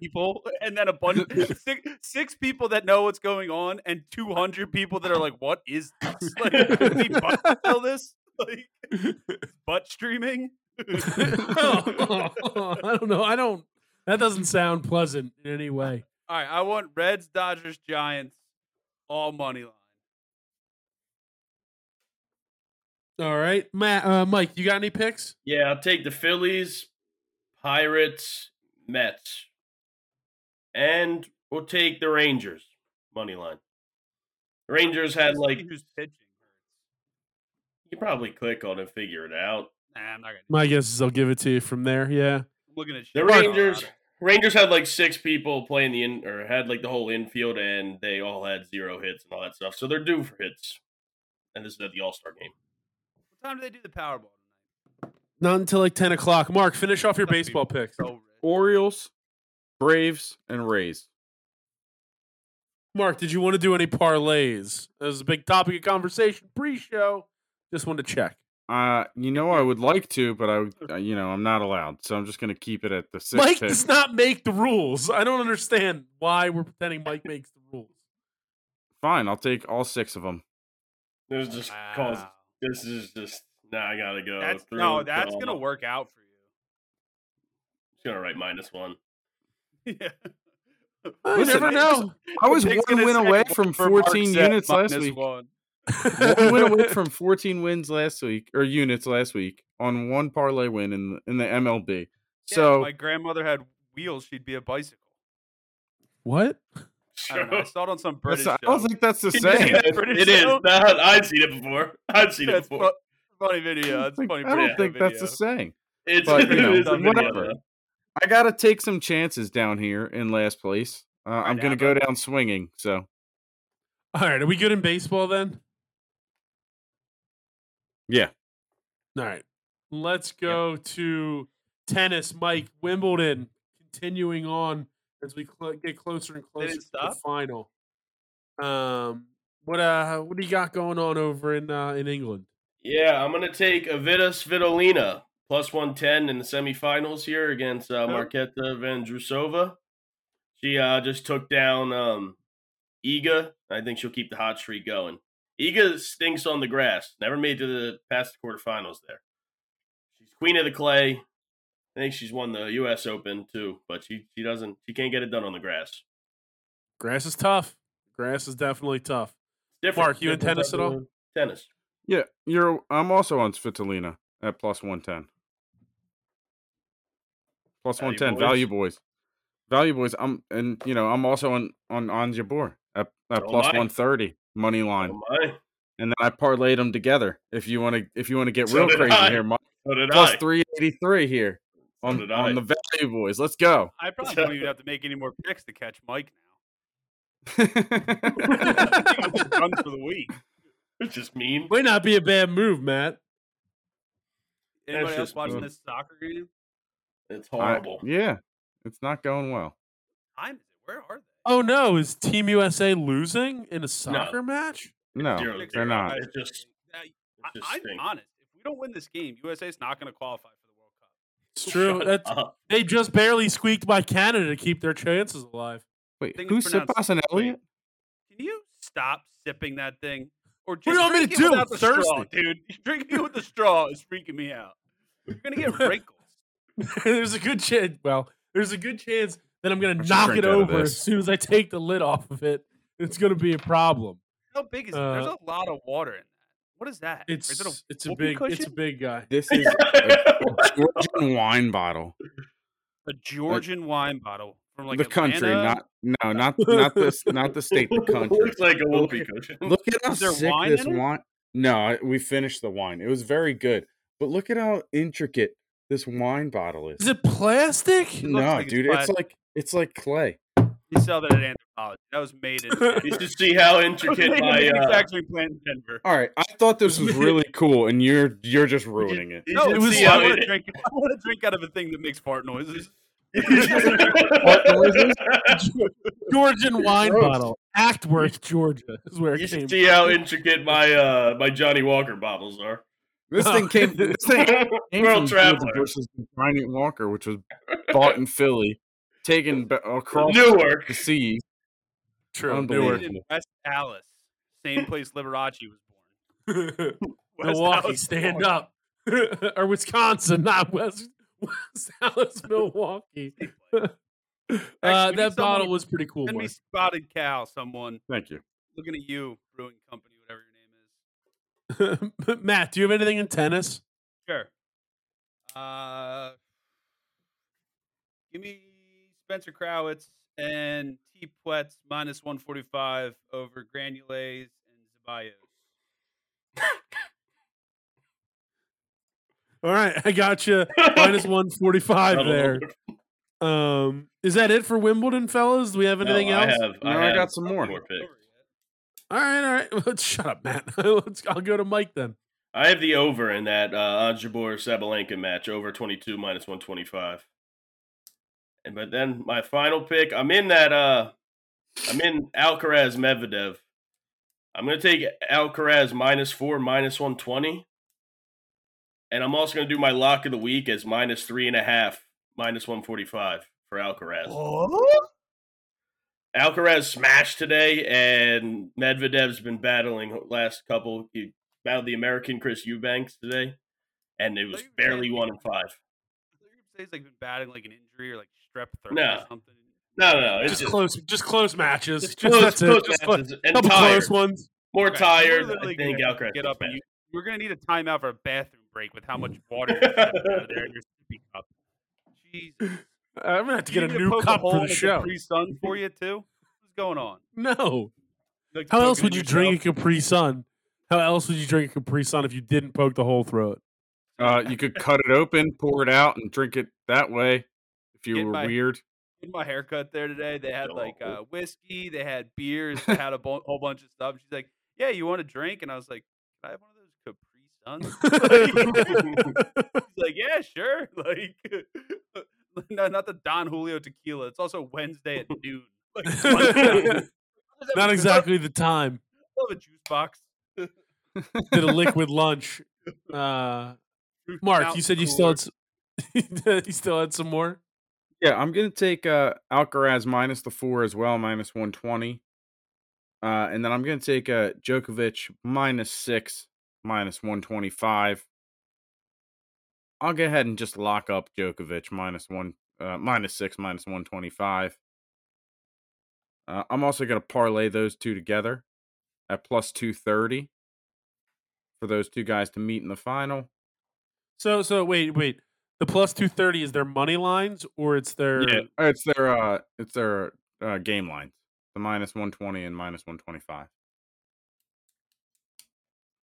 S4: people, and then a bunch six, six people that know what's going on, and 200 people that are like, "What is this? Like, is he butt still this? Like, butt streaming?" Oh.
S2: I don't know. I don't. That doesn't sound pleasant in any way.
S4: All right, I want Reds, Dodgers, Giants, all money line.
S2: All right, Matt, uh, Mike, you got any picks?
S3: yeah, I'll take the Phillies, Pirates, Mets, and we'll take the Rangers money line. The Rangers
S4: Let's
S3: had
S4: see
S3: like
S4: who's pitching?
S3: you probably click on and figure it out.
S4: Nah, I'm not gonna.
S2: My guess is they'll give it to you from there. Yeah,
S4: I'm looking at
S3: The
S4: shit.
S3: Rangers Rangers had like six people playing the in or had like the whole infield and they all had zero hits and all that stuff. So they're due for hits. And this is at the All Star game.
S4: What time do they do the Powerball?
S2: not until like ten o'clock. Mark, finish off your baseball picks.
S4: So rich.
S5: Orioles, Braves, and Rays.
S2: Mark, did you want to do any parlays? That was a big topic of conversation pre-show. Just wanted to check.
S5: Uh, you know I would like to, but I, would- uh, you know, I'm not allowed, so I'm just gonna keep it at the six.
S2: Mike
S5: pick.
S2: does not make the rules. I don't understand why we're pretending Mike makes the rules.
S5: Fine, I'll take all six of them.
S3: This is just cause
S4: Wow.
S3: this is just nah I gotta go.
S4: That's
S3: through
S4: no,
S3: and
S4: that's
S3: through.
S4: gonna work out for you.
S3: Just gonna write minus one.
S4: Yeah.
S2: I
S5: Listen,
S2: never
S5: I just-
S2: know.
S5: I was
S4: Nick's
S5: one
S4: gonna
S5: win
S4: say
S5: away from
S4: for Mark
S5: 14
S4: said
S5: units last
S4: minus
S5: week.
S4: one.
S5: one win away from 14 wins last week or units last week on one parlay win in the, in the MLB.
S4: Yeah,
S5: So
S4: if my grandmother had wheels, she'd be a bicycle.
S2: what?
S4: I don't know. I
S3: So-
S4: saw it on some British.
S5: that's- I don't
S4: show.
S5: think that's the
S3: Yeah,
S5: same.
S4: British
S3: it is.
S4: show?
S3: Nah, I've seen it before. I've seen it
S4: That's
S3: before.
S4: fu- funny video. That's
S5: Like,
S4: funny.
S5: I
S4: British
S5: don't think
S4: video.
S5: that's the same.
S3: It's,
S5: But you know,
S3: it's a video,
S5: whatever.
S3: though.
S5: I gotta take some chances down here in last place. Uh, I'm gonna go down swinging. So
S2: All right, are we good in baseball then?
S5: yeah,
S2: All right. Let's go to tennis. Mike Wimbledon continuing on as we cl- get closer and
S4: didn't
S2: closer to the
S4: stop?
S2: final. Um, What uh, what do you got going on over in uh, in England?
S3: Yeah, I'm gonna take Avita Svitolina plus one ten in the semifinals here against uh,
S2: Yep.
S3: Marketa Vandrusova. She uh, just took down um, Iga. I think she'll keep the hot streak going. Iga stinks on the grass. Never made to the past the quarterfinals there. She's queen of the clay. I think she's won the U.S. Open too, but she she doesn't she can't get it done on the grass.
S2: Grass is tough. Grass is definitely tough.
S3: Different.
S2: Mark, you in
S3: different
S2: tennis at all?
S3: everyone. Tennis.
S5: Yeah, you're. I'm also on Svitolina at plus one ten. Plus
S3: Value
S5: one ten.
S3: boys.
S5: Value boys. Value boys. I'm and you know I'm also on on on Jabor at, at
S3: Oh
S5: plus
S3: my.
S5: one thirty money line,
S3: Oh my.
S5: and then I parlayed them together. If you want to, if you want to get
S3: So
S5: real
S3: did
S5: crazy
S3: I.
S5: here, Mike,
S3: So did
S5: plus
S3: I.
S5: three eighty three here on
S3: did I.
S5: on the value boys. Let's go.
S4: I probably don't even have to make any more picks to catch Mike now. I think I'm just done for the week.
S3: It's just mean.
S2: Might not be a bad move, Matt.
S4: Anybody else
S3: just
S4: watching
S5: mean.
S4: this soccer game?
S3: It's
S5: I-
S3: horrible.
S5: yeah, it's not going well.
S4: Time is it? Where are they?
S2: Oh no, is Team USA losing in a soccer match?
S5: No,
S3: Zero to
S5: they're
S3: zero.
S5: not.
S3: It just,
S4: Uh,
S3: it just
S4: I, I'm
S3: stinks.
S4: honest. If we don't win this game, USA's not going to qualify for the World Cup.
S2: It's true.
S3: Shut
S2: That's,
S3: up.
S2: they just barely squeaked by Canada to keep their chances alive.
S5: Wait,
S4: think
S5: who's
S4: it's pronounced
S5: Sipas and
S2: Oh,
S4: Wait,
S5: Elliot?
S4: Can you stop sipping that thing? Or
S2: do you
S4: just
S2: want me to
S4: drink it
S2: do?
S4: without the straw,
S2: Thirsty.
S4: dude. Drinking it with the straw is freaking me out. You're gonna get wrinkles.
S2: there's a good chance. Well, there's a good chance that I'm going
S5: I
S2: to
S5: should
S2: knock
S5: drink
S2: it
S5: out of
S2: over
S5: this.
S2: as soon as I take the lid off of it. It's going to be a problem.
S4: How big is it? There's
S2: Uh,
S4: a lot of water in that. What is that? Or
S2: It's
S4: is it a
S2: it's a
S4: whoopee
S2: big it's a
S4: cushion?
S2: big guy.
S5: This is a Georgian wine bottle.
S4: a Georgian wine bottle from like
S5: the country,
S4: Atlanta?
S5: not no, not not this, not the state, the country.
S3: looks like a whoopee cushion.
S5: Look at how
S4: Is there
S5: sick
S4: wine
S5: this
S4: in it?
S5: wine. No, I- we finished the wine. It was very good, but look at how intricate this wine bottle is.
S2: Is it plastic?
S5: no,
S4: like it's
S5: dude, it's,
S4: plastic.
S5: like it's like clay.
S4: You sell that at anthropology. That was made in that
S3: You should see how
S4: was
S3: intricate
S4: made in a
S3: my. Uh,
S4: manufacturing plant in Denver.
S5: All right, I thought this was really cool, and you're you're just ruining it.
S3: you
S4: No,
S3: should
S4: it was.
S3: see
S4: I
S3: how
S4: want to
S3: it-
S4: drink. I want to drink out of a thing that makes fart noises.
S2: Georgian wine
S5: Gross.
S2: bottle. Actworth, Georgia is where
S3: you
S2: it came.
S3: should see how intricate my uh, my Johnny Walker bottles are.
S5: This thing came. This thing came
S3: World
S5: from Georgia
S3: Traveler.
S5: versus the Bryant Walker, which was bought in Philly, taken ba- across
S3: Newark.
S5: the sea.
S2: True.
S5: Unbelievable.
S2: Newark.
S4: Made in West Alice, same place Liberace was born. West
S2: Milwaukee,
S4: Alice,
S2: stand
S4: Florida.
S2: up. or Wisconsin, not West, West Dallas, Milwaukee. Uh,
S4: Actually, we need
S2: that bottle
S4: someone-
S2: was pretty cool.
S4: Send me
S2: Mark.
S4: spotted cow. Someone
S5: Thank you.
S4: looking at you, brewing company, whatever your name is.
S2: Matt, do you have anything in tennis?
S4: Sure. Uh, give me Spencer Crowitz and T Pwetz minus 145 over Granulays and Zabayos.
S2: All right, I got you. Minus one forty-five
S3: That'll
S2: there.
S3: work.
S2: Um, is that it for Wimbledon, fellas? Do we have
S3: No,
S2: anything
S3: I
S2: else?
S3: have-
S5: No, I
S3: have
S5: got some more.
S3: picks.
S2: All right, all right. Let's shut up, Matt. Let's. I'll go to Mike then.
S3: I have the over in that uh, Anjabor Sabalenka match, over 22 minus 125. And but then my final pick, I'm in that uh I'm in Alcaraz Medvedev. I'm going to take Alcaraz minus 4 minus 120. And I'm also going to do my lock of the week as minus three and a half, minus 145 for Alcaraz. Alcaraz smashed today, and Medvedev's been battling last couple. He battled the American Chris Eubanks today, and it was
S4: Thought you were
S3: barely
S4: saying-
S3: one in
S4: I
S3: five.
S4: thought you were gonna say he's like been batting like an injury or like strep throat
S3: No.
S4: or something.
S3: No, no, no, it's
S2: Just
S3: just,
S2: close. Just close matches.
S3: just
S2: Just,
S3: close,
S2: that's
S3: close
S2: it. Just close.
S3: matches and
S2: Couple
S3: tired,
S2: close ones.
S3: more
S4: Okay, we're
S3: tired. I
S4: literally
S3: think
S4: gonna
S3: Alcaraz
S4: get
S3: is
S4: up and
S3: bad.
S4: you, we're gonna need a timeout for a bathroom break with how much water you're out of there in your sippy cup. Jesus.
S2: I'm gonna have to
S4: You
S2: get a
S4: need
S2: new
S4: poke
S2: cup for
S4: hole
S2: the
S4: in
S2: show.
S4: Capri Sun for you too. What's going on?
S2: No.
S4: Like
S2: How
S4: poking
S2: else
S4: it
S2: would you
S4: yourself?
S2: drink a Capri Sun? How else would you drink a Capri Sun if you didn't poke the whole throat?
S5: Uh, you could cut it open, pour it out, and drink it that way. If you
S4: Get
S5: were
S4: my-
S5: weird,
S4: did my haircut there today. They had like
S3: Oh.
S4: uh, whiskey, they had beers, they had a bu- whole bunch of stuff. She's like, "Yeah, you want a drink?" And I was like, "Can I have one of those Capri Suns?" She's like, "Yeah, sure." Like, no, not the Don Julio tequila. It's also Wednesday at noon. Like, what is that?
S2: Not exactly the time.
S4: All a juice box.
S2: Did a liquid lunch. Uh, Mark, you said you still had s- you still had some more.
S5: Yeah, I'm gonna take uh Alcaraz minus the four as well, minus one twenty. Uh and then I'm gonna take uh Djokovic minus six, minus one twenty five. I'll go ahead and just lock up Djokovic minus one uh minus six, minus one twenty five. Uh, I'm also gonna parlay those two together at plus two thirty for those two guys to meet in the final.
S2: So so wait wait. The plus two thirty is their money lines or it's their
S5: Yeah, uh, it's their uh, it's their uh, game lines. The minus one twenty and minus one twenty five.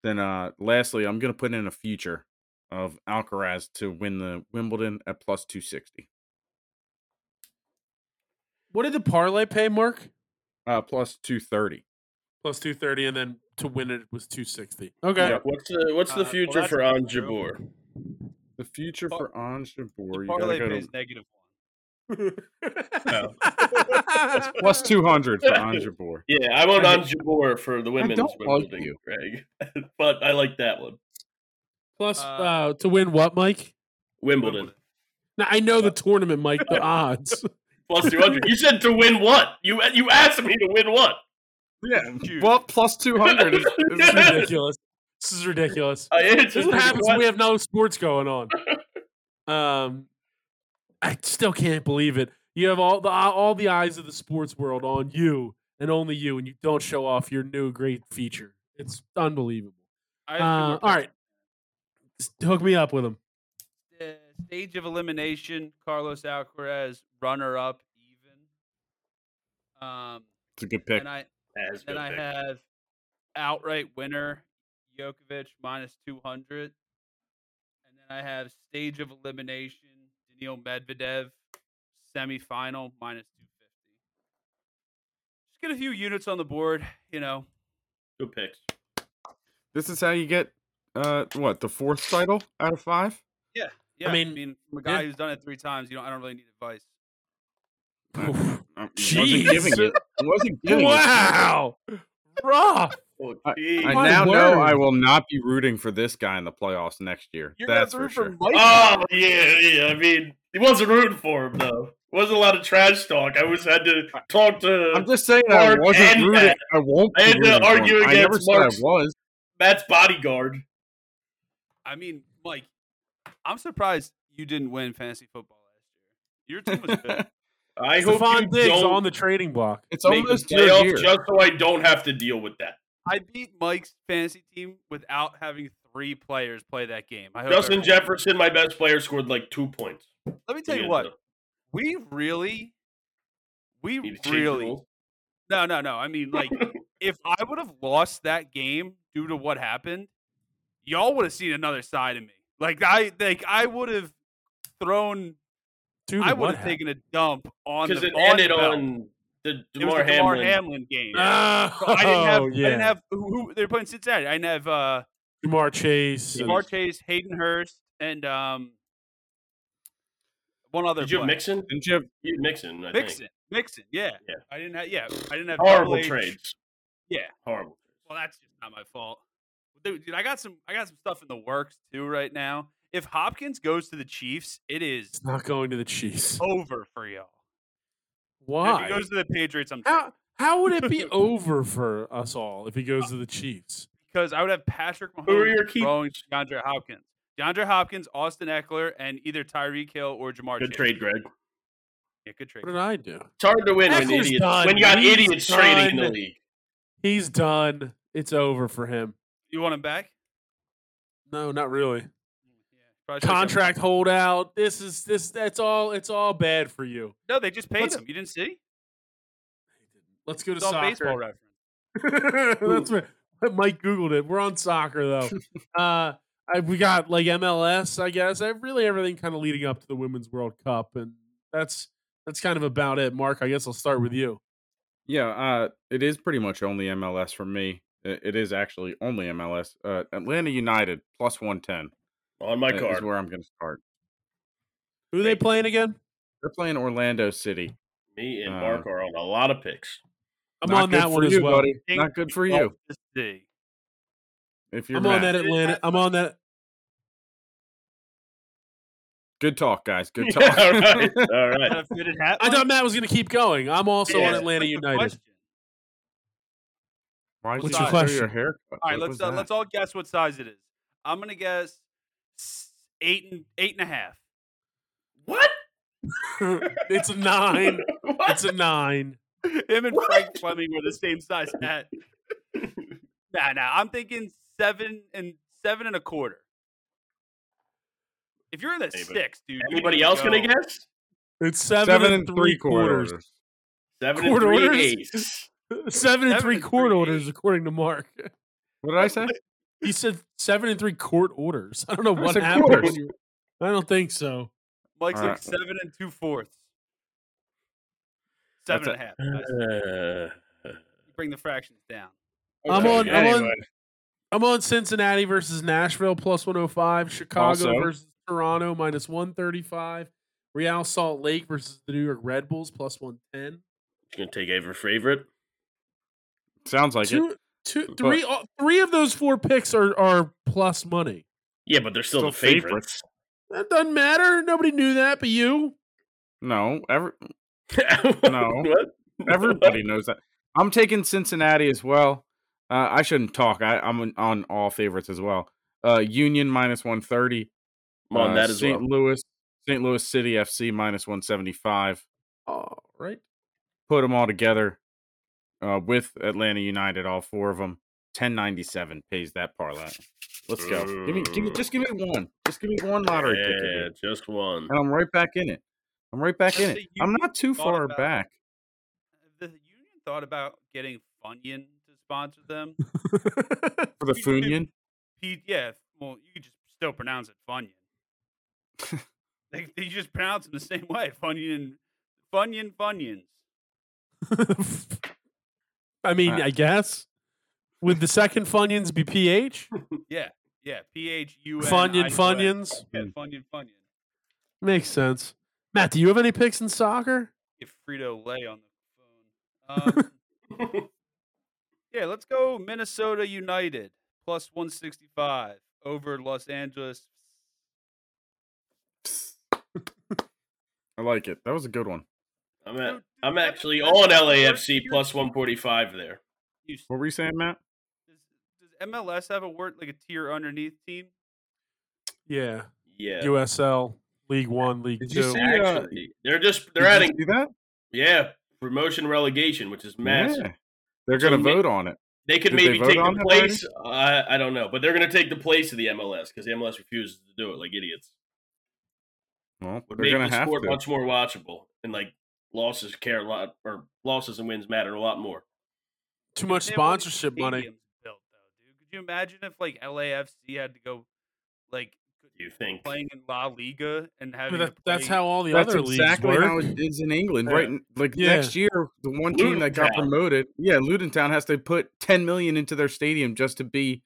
S5: Then, uh, lastly, I'm gonna put in a future of Alcaraz to win the Wimbledon at plus two sixty.
S2: what did the parlay pay, Mark?
S5: Uh, plus two thirty.
S2: Plus two thirty, and then to win it was two sixty. Okay.
S5: Yep.
S3: What's the what's
S4: Uh,
S3: the
S4: well,
S3: future
S4: that's
S3: for
S4: not
S3: An
S4: true.
S3: Jabur?
S5: The future
S4: Par-
S5: for Ange Jabeur,
S4: The
S5: you gotta
S4: parlay
S5: go
S4: pays
S5: to Oh.
S4: negative one.
S5: plus two hundred for Ange Jabeur.
S3: Yeah, I want
S5: I
S3: An Jabur for the women's
S5: don't like
S3: Wimbledon,
S5: you.
S3: Greg. but I like that one.
S2: Plus,
S4: Uh,
S2: uh, to win what, Mike?
S3: Wimbledon.
S2: Now, I know the tournament, Mike. The odds.
S3: Plus two hundred. you said to win what? You you asked me to win what?
S5: Yeah,
S4: Huge.
S5: well, plus two hundred. Is, is,
S2: This is ridiculous. This is ridiculous.
S3: I
S2: This
S3: answered
S2: is what
S3: the
S2: happens when we have
S3: question.
S2: no sports going on. Um, I still can't believe it. You have all the all the eyes of the sports world on you and only you, and you don't show off your new great feature. It's unbelievable.
S4: I have two
S2: Uh,
S4: more
S2: all right, Just hook me up with him.
S4: uh, stage of elimination, Carlos Alcaraz, runner up, even. Um,
S5: it's a good pick.
S4: and I
S3: That's
S4: then
S3: good
S4: I
S3: pick.
S4: have outright winner, Djokovic minus two hundred, and then I have stage of elimination, Daniil Medvedev, semifinal minus two fifty. Just get a few units on the board, you know.
S3: good picks.
S5: This is how you get uh, what the fourth title out of five.
S4: Yeah,
S2: mean,
S4: I mean, from a
S2: yeah.
S4: guy who's done it three times, you know, I don't really need advice.
S5: Um,
S2: Jeez.
S5: Wasn't giving it. Wasn't giving it.
S2: Wow, rough.
S5: I-
S3: Jeez.
S5: I
S2: My
S5: now know I
S2: word.
S5: will not be rooting for this guy in the playoffs next year. That's for sure.
S3: Oh yeah, yeah. I mean, he wasn't rooting for him though. Wasn't a lot of trash talk. I was had to talk to
S5: I'm just saying I
S3: Mark
S5: wasn't
S3: and
S5: rooting.
S3: Matt.
S5: I won't.
S3: I
S5: be
S3: had to
S5: rooting for
S3: argue
S5: him. I never
S3: against
S5: said I
S3: Mark's-
S5: was.
S3: Matt's bodyguard.
S4: I mean, Mike, I'm surprised you didn't win fantasy football last year. Your team was bad.
S3: I hope you
S2: Stephon Diggs
S3: don't
S2: on the trading block.
S5: It's
S3: make the
S5: almost your year.
S3: playoffs just so I don't have to deal with that.
S4: I beat Mike's fantasy team without having three players play that game. I hope
S3: Justin
S4: everyone-
S3: Jefferson, my best player, scored like two points.
S4: Let me tell you
S3: Yeah,
S4: what,
S3: so
S4: we really, we
S3: need to change the
S4: really.
S3: rules.
S4: No, no, no. I mean, like, if I would have lost that game due to what happened, y'all would have seen another side of me. Like I, like I would have thrown.
S2: Dude,
S4: I
S2: what
S4: would have
S2: happened?
S4: taken a dump on
S3: because
S4: the
S3: it ended
S4: Bell.
S3: on the
S4: It was
S3: Demar
S4: the Damar
S3: Hamlin.
S4: Hamlin game.
S2: Oh,
S4: So I didn't have.
S2: yeah.
S4: I didn't have who, who they were playing Cincinnati. I didn't have uh,
S2: Jamar Chase. and-
S4: Jamar Chase, Hayden Hurst, and um, one other.
S3: Did you have
S4: player.
S3: Mixon?
S5: Didn't you have-
S3: You had Mixon, I think.
S4: Mixon, Mixon, yeah.
S3: Yeah.
S4: I didn't have. Yeah, I didn't have.
S3: Horrible
S4: Double H.
S3: trades.
S4: Yeah.
S3: Horrible.
S4: Well, that's just not my fault. Dude, dude, I got some. I got some stuff in the works too right now. If Hopkins goes to the Chiefs, it is
S2: It's not going to the Chiefs.
S4: over for y'all. Oh, If
S2: Why?
S4: he goes to the Patriots, I'm
S2: How how would it be over for us all if he goes to the Chiefs?
S4: because I would have Patrick Mahomes
S3: Who are your keepers?
S4: throwing to DeAndre Hopkins, DeAndre Hopkins, Austin Eckler, and either Tyreek Hill or Jamar.
S3: Good
S4: Chase.
S3: trade, Greg.
S4: Yeah, good trade.
S2: What did I do?
S3: It's hard to win when
S2: Eckler's
S3: idiots
S2: done.
S3: when you got
S2: He's
S3: idiots trading in the
S2: done.
S3: league.
S2: He's done. It's over for him.
S4: You want him back?
S2: No, not really.
S4: Yeah, probably should've kept him.
S2: Contract holdout. This is this. That's all. It's all bad for you.
S4: No, they just paid
S2: What's-
S4: him. You didn't see?
S2: Let's go to
S4: It's all baseball
S2: soccer.
S4: reference.
S2: that's right. Mike googled it. We're on soccer though. uh, I, we got like MLS. I guess. I really everything kind of leading up to the Women's World Cup, and that's that's kind of about it. Mark, I guess I'll start with you.
S5: Yeah, uh, it is pretty much only MLS for me. I- It is actually only MLS. Uh, Atlanta United plus one ten
S3: On my
S5: is
S3: card.
S5: where I'm going to start.
S2: Who they playing again?
S5: They're playing Orlando City.
S3: Me and
S5: Uh,
S3: Mark are on a lot of picks.
S2: I'm
S5: Not
S2: on
S5: good
S2: that
S5: for
S2: one as
S5: you,
S2: well. Oh,
S5: buddy. Not good for you.
S4: To see.
S5: If you're
S2: I'm on
S5: mad.
S2: that Atlanta. I'm on that.
S5: Good talk, guys. Good
S3: Yeah,
S5: talk.
S3: all right. All right.
S4: Got a fitted hat.
S2: I thought Matt was going to keep going. I'm also on
S3: Yeah.
S2: Atlanta
S4: What's the
S2: United.
S4: question?
S5: Why did
S2: What's
S5: you
S2: your
S5: show
S2: question?
S5: Your haircut?
S4: All right,
S5: What
S4: let's
S5: was
S4: uh,
S5: that?
S4: let's all guess what size it is. I'm gonna guess s- eight and eight and a half.
S3: What?
S2: it's a nine.
S3: What?
S2: It's a nine.
S4: Him and
S3: What?
S4: Frank Fleming were the same size hat. nah, nah. I'm thinking seven and seven and a quarter. If you're in the
S3: Anybody-
S4: six, dude. you
S3: Anybody
S4: need to
S3: else gonna
S4: go.
S3: guess?
S2: It's seven,
S5: seven and three quarters.
S3: Seven
S2: Quarter
S3: and three
S2: orders?
S3: eighths.
S2: Seven, and three court orders, according to Mark.
S5: What did I say?
S2: He said seven and three court orders. I don't know
S5: I
S2: what
S5: said
S2: happened.
S5: quarters.
S2: when you- I don't think so.
S4: Mike's
S5: All
S4: like
S5: right.
S4: seven and two fourths.
S5: That's
S4: Seven and a half. Nice.
S3: Uh,
S4: You Bring the fractions down.
S2: I'm on.
S3: Okay,
S2: I'm on. I'm on Cincinnati versus Nashville plus 105. Chicago
S5: Also.
S2: versus Toronto minus 135. Real Salt Lake versus the New York Red Bulls plus 110.
S3: you gonna take every favorite.
S5: Sounds like it.
S2: Two, two, three, all, three of those four picks are are plus money.
S3: Yeah, but they're still,
S5: Still
S3: the favorites.
S2: That doesn't matter. Nobody knew that, but you.
S5: No, every, No.
S3: What?
S5: everybody knows that. I'm taking Cincinnati as well. Uh, I shouldn't talk. I, I'm on- on all favorites as well. Uh, Union minus 130.
S3: I'm on
S5: uh,
S3: that as
S5: St.
S3: well.
S5: Louis, St. Louis City FC minus 175.
S2: All right.
S5: Put them all together uh, with Atlanta United, all four of them. 1097 pays that parlay. Let's go. Give me, give me, just give me one. Just give me one lottery ticket. here.
S3: Yeah, just one.
S5: and I'm right back in it. I'm right back in
S4: Let's
S5: it.
S4: say
S5: I'm
S4: you
S5: not too
S4: thought
S5: far
S4: about-
S5: back.
S4: Have the union thought about getting Funyun to sponsor them?
S5: For the
S4: you do.
S5: Funion,
S4: P- yeah, well, you could just still pronounce it Funyun. they, they just pronounce them the same way. Funyun, Funyun, Funyuns.
S2: I mean,
S5: Uh.
S2: I guess. Would the second Funyuns be PH?
S4: Yeah, P H U N. I U
S2: Funyun
S4: N.
S2: Funyuns?
S4: Yeah, Funyun, Funyun.
S2: Makes sense. Matt, do you have any picks in soccer?
S4: Get Frito Lay on the phone. Um, yeah, let's go Minnesota United plus 165 over Los Angeles.
S5: I like it. That was a good one.
S3: I'm
S4: Dude,
S3: at,
S4: dude,
S3: I'm
S4: that's-
S3: actually
S4: that's
S3: on
S4: the worst
S3: LAFC
S4: year-
S3: plus 145 there.
S4: You, s-
S5: What were you saying, Matt?
S4: does, does MLS have a word like a tier underneath team?
S2: Yeah.
S3: Yeah.
S2: USL, League One, League
S5: Did you
S2: Two.
S5: see- uh,
S3: actually, they're just they're
S5: Did you
S3: adding
S5: see that?
S3: yeah, promotion relegation, which is massive.
S5: Yeah. They're
S3: So
S5: going to
S3: ma-
S5: vote on it.
S3: They could
S5: Did they
S3: maybe
S5: vote
S3: take
S5: on
S3: the
S5: that already?
S3: place. I I don't know, but they're going to take the place of the MLS because the MLS refuses to do it like idiots.
S5: Well,
S3: Would
S5: they're going
S3: make
S5: to
S3: the
S5: have
S3: sport
S5: to.
S3: much more watchable and like losses care a lot or losses and wins matter a lot more.
S2: Too much
S4: They have all these
S2: sponsorship money.
S4: stadiums Built, though, dude. Could you imagine if like LAFC had to go like
S3: You think?
S4: playing in La Liga and having
S2: But that-
S4: to play-
S2: that's how all the
S5: That's
S2: other
S5: exactly
S2: leagues work.
S5: how it is in England,
S2: Yeah.
S5: right? n- Like
S2: Yeah.
S5: next year, the one team that got
S3: Luton Town.
S5: promoted, yeah, Luton Town has to put ten million into their stadium just to be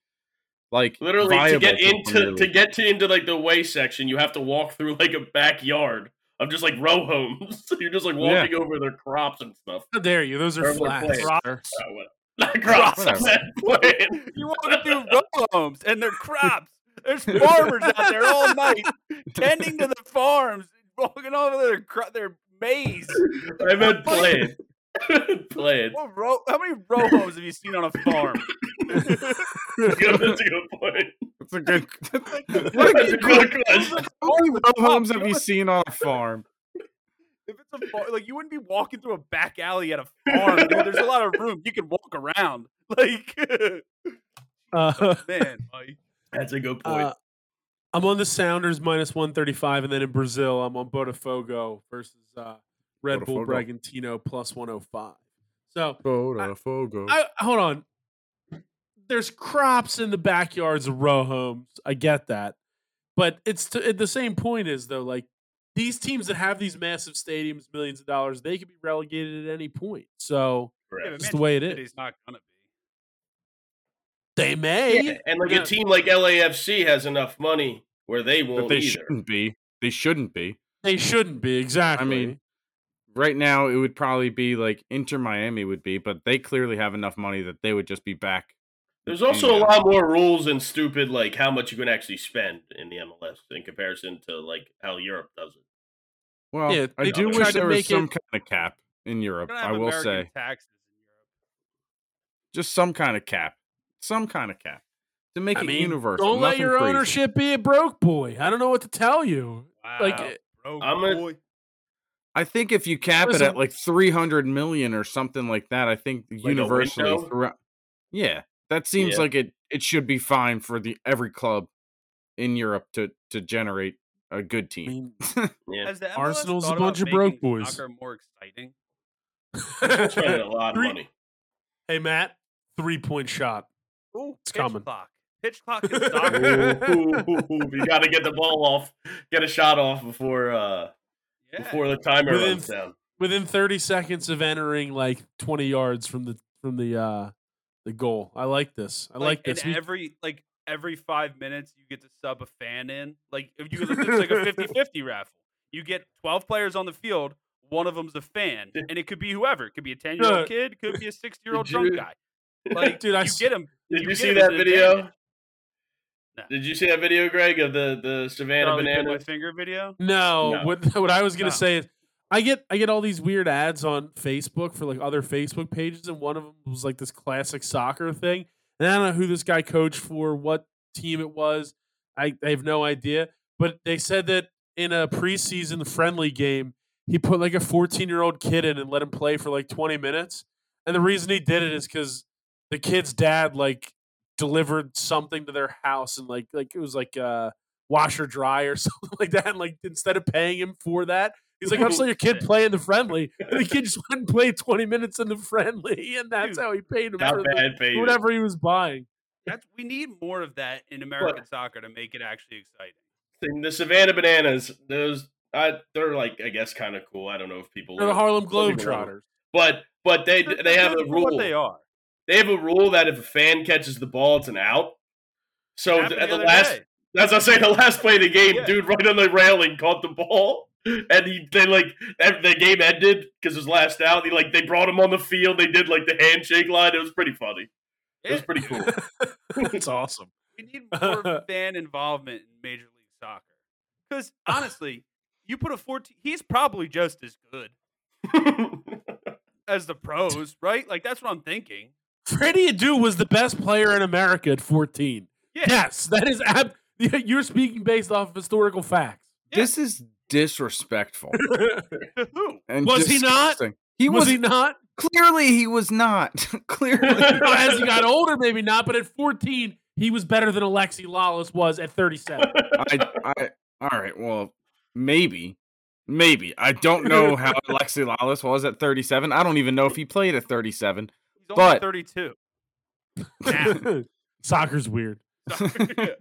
S5: like
S3: Literally to get
S5: viable for Premier
S3: into to
S5: League.
S3: get to into like the way section, you have to walk through like a backyard of just like row homes. so you're just like
S5: Yeah.
S3: walking over their crops and stuff.
S2: How dare you? Those are
S3: Terrible
S2: flats.
S3: place.
S2: sir.
S3: Oh, what- Not crops.
S5: Whatever.
S3: man, plant.
S4: you want to do row homes and their crops. There's farmers out there all night tending to the farms, walking over their cro- their maize.
S3: I meant plant. plant.
S4: What row, how many row homes have you seen on a farm?
S3: That's a good point.
S5: That's a good. what a
S3: That's a
S5: good
S3: good question.
S5: How many row homes have you seen on a farm?
S4: If it's a farm, like you wouldn't be walking through a back alley at a farm. Dude. There's a lot of room. You can walk around. Like,
S2: Uh,
S4: man, Mike.
S3: That's a good point.
S2: uh, I'm on the Sounders minus 135, and then in Brazil, I'm on Botafogo versus uh, Red Bull
S5: Botafogo.
S2: Bragantino plus 105. So,
S5: Botafogo.
S2: I, hold on. There's crops in the backyards of row homes. I get that, but it's to, at the same point is though. Like these teams that have these massive stadiums, millions of dollars, they could be relegated at any point. So
S4: Yeah,
S3: Correct.
S4: but
S2: It's the way it
S4: Manchester
S2: is.
S4: City's not gonna be.
S2: they may.
S3: Yeah, and like
S2: Yeah.
S3: a team like LAFC has enough money where they
S5: but
S3: won't
S5: they
S3: either.
S5: shouldn't be. They shouldn't be.
S2: They shouldn't be exactly.
S5: mean, right now it would probably be like Inter Miami would be, but they clearly have enough money that they would just be back.
S3: There's also a
S5: Yeah.
S3: lot more rules and stupid like how much you can actually spend in the MLS in comparison to like how Europe does it.
S5: Well,
S2: Yeah,
S5: I
S2: they
S5: do
S3: tried
S5: wish
S2: to
S5: there was
S2: make
S5: some
S2: it-
S5: kind of cap in
S4: We
S5: Europe.
S4: don't
S5: I
S4: have
S5: will
S4: American
S5: say,
S4: taxes
S5: just some kind of cap, some kind of cap to make
S2: I
S5: it
S2: mean,
S5: universal.
S2: Don't let
S5: nothing
S2: your
S5: crazy.
S2: ownership be a broke boy. I don't know what to tell you.
S4: in
S2: Like,
S4: Europe.
S2: eh,
S4: Wow, broke
S3: I'm gonna-
S4: boy.
S5: I think if you cap it
S2: Listen-
S5: at like 300 million or something like that, I think
S3: a
S5: universally
S3: window?
S5: throughout. Yeah, that seems
S3: Yeah.
S5: like it. It should be fine for the every club in Europe to to generate a good
S2: I
S5: team.
S2: mean,
S3: Yeah,
S4: Has the MLS
S2: Arsenal's a
S4: thought
S2: bunch
S4: about
S2: of broke
S4: making
S2: boys.
S4: Soccer more exciting.
S3: spending a lot of
S2: Three-
S3: money.
S2: Hey Matt, three point shot.
S4: Ooh,
S2: It's
S4: pitch
S2: coming.
S4: clock. Pitch clock is
S3: Ooh,
S4: soccer.
S3: ooh, ooh, you got to get the ball off, get a shot off before uh
S4: yeah.
S3: before the timer
S2: Within-
S3: runs down.
S2: Within thirty seconds of entering like twenty yards from the from the uh the goal. I like this. I like, this.
S4: And
S2: We-
S4: every like every five minutes, you get to sub a fan in. Like if you it's like a 50-50 raffle. You get twelve players on the field. One of them's a fan, and it could be whoever. It could be a
S2: Yeah.
S4: ten-year-old kid. Could be a sixty-year-old
S3: Did
S4: drunk
S3: you-
S4: guy. Like,
S2: Dude, I
S4: you
S2: s-
S4: get him. you
S3: Did you,
S4: get
S3: see
S4: it as
S3: that
S4: an
S3: video?
S4: advantage. No.
S3: Did you see that video, Greg, of the the Savannah
S4: Charlie bit
S3: banana?
S4: my finger video.
S2: no,
S3: No.
S2: what what I was gonna
S4: No.
S2: say is I get I get all these weird ads on Facebook for like other Facebook pages, and one of them was like this classic soccer thing. And I don't know who this guy coached for, what team it was. I, I have no idea. But they said that in a preseason friendly game, he put like a 14 year old kid in and let him play for like 20 minutes. And the reason he did it is because the kid's dad like delivered something to their house and like like it was like a washer dry or something like that. And like instead of paying him for that, he's like, I'll just let your kid play in the friendly. And the kid just went and played 20 minutes in the friendly. And that's
S4: Dude,
S2: how he paid him
S3: Not
S2: for the-
S3: bad, baby.
S2: whatever he was buying.
S4: That's we need more of that in American soccer to make it actually exciting.
S3: And the Savannah bananas, those I, they're like I guess kind of cool. I don't know if people
S2: They're the
S3: would-
S2: Harlem
S3: Some people love
S2: Globetrotters.
S3: but but they
S4: They're-
S3: they
S4: they're
S3: have a
S4: known for What
S3: rule.
S4: they are.
S3: They have a rule that if a fan catches the ball, it's an out. So
S4: Happened
S3: at the,
S4: other
S3: last,
S4: day.
S3: that's what I say. The last play of the game,
S4: Yeah.
S3: dude, right on the railing, caught the ball, and he they like that- the game ended because his last out. He like they brought him on the field. They did like the handshake line. It was pretty funny. It was
S4: Yeah.
S3: pretty cool.
S2: It's awesome.
S4: We need more fan involvement in Major League Soccer. Because honestly, you put a 14, he's probably just as good as the pros, right? Like, that's what I'm thinking.
S2: Freddie Adu was the best player in America at 14.
S4: Yeah.
S2: Yes, that is ab- you're speaking based off of historical facts.
S4: Yeah.
S5: This is disrespectful.
S2: was
S4: To who?
S5: And
S2: Was he not?
S5: disgusting. He was,
S2: he not?
S5: clearly he was not. clearly.
S2: No, as he got older, maybe not, but at 14, he was better than Alexi Lawless was at 37.
S5: I, I, all right. Well, maybe, maybe. I don't know how Alexi Lawless was at 37. I don't even know if he played at 37.
S4: He's only
S5: But-
S4: 32.
S2: Soccer's weird.
S4: So-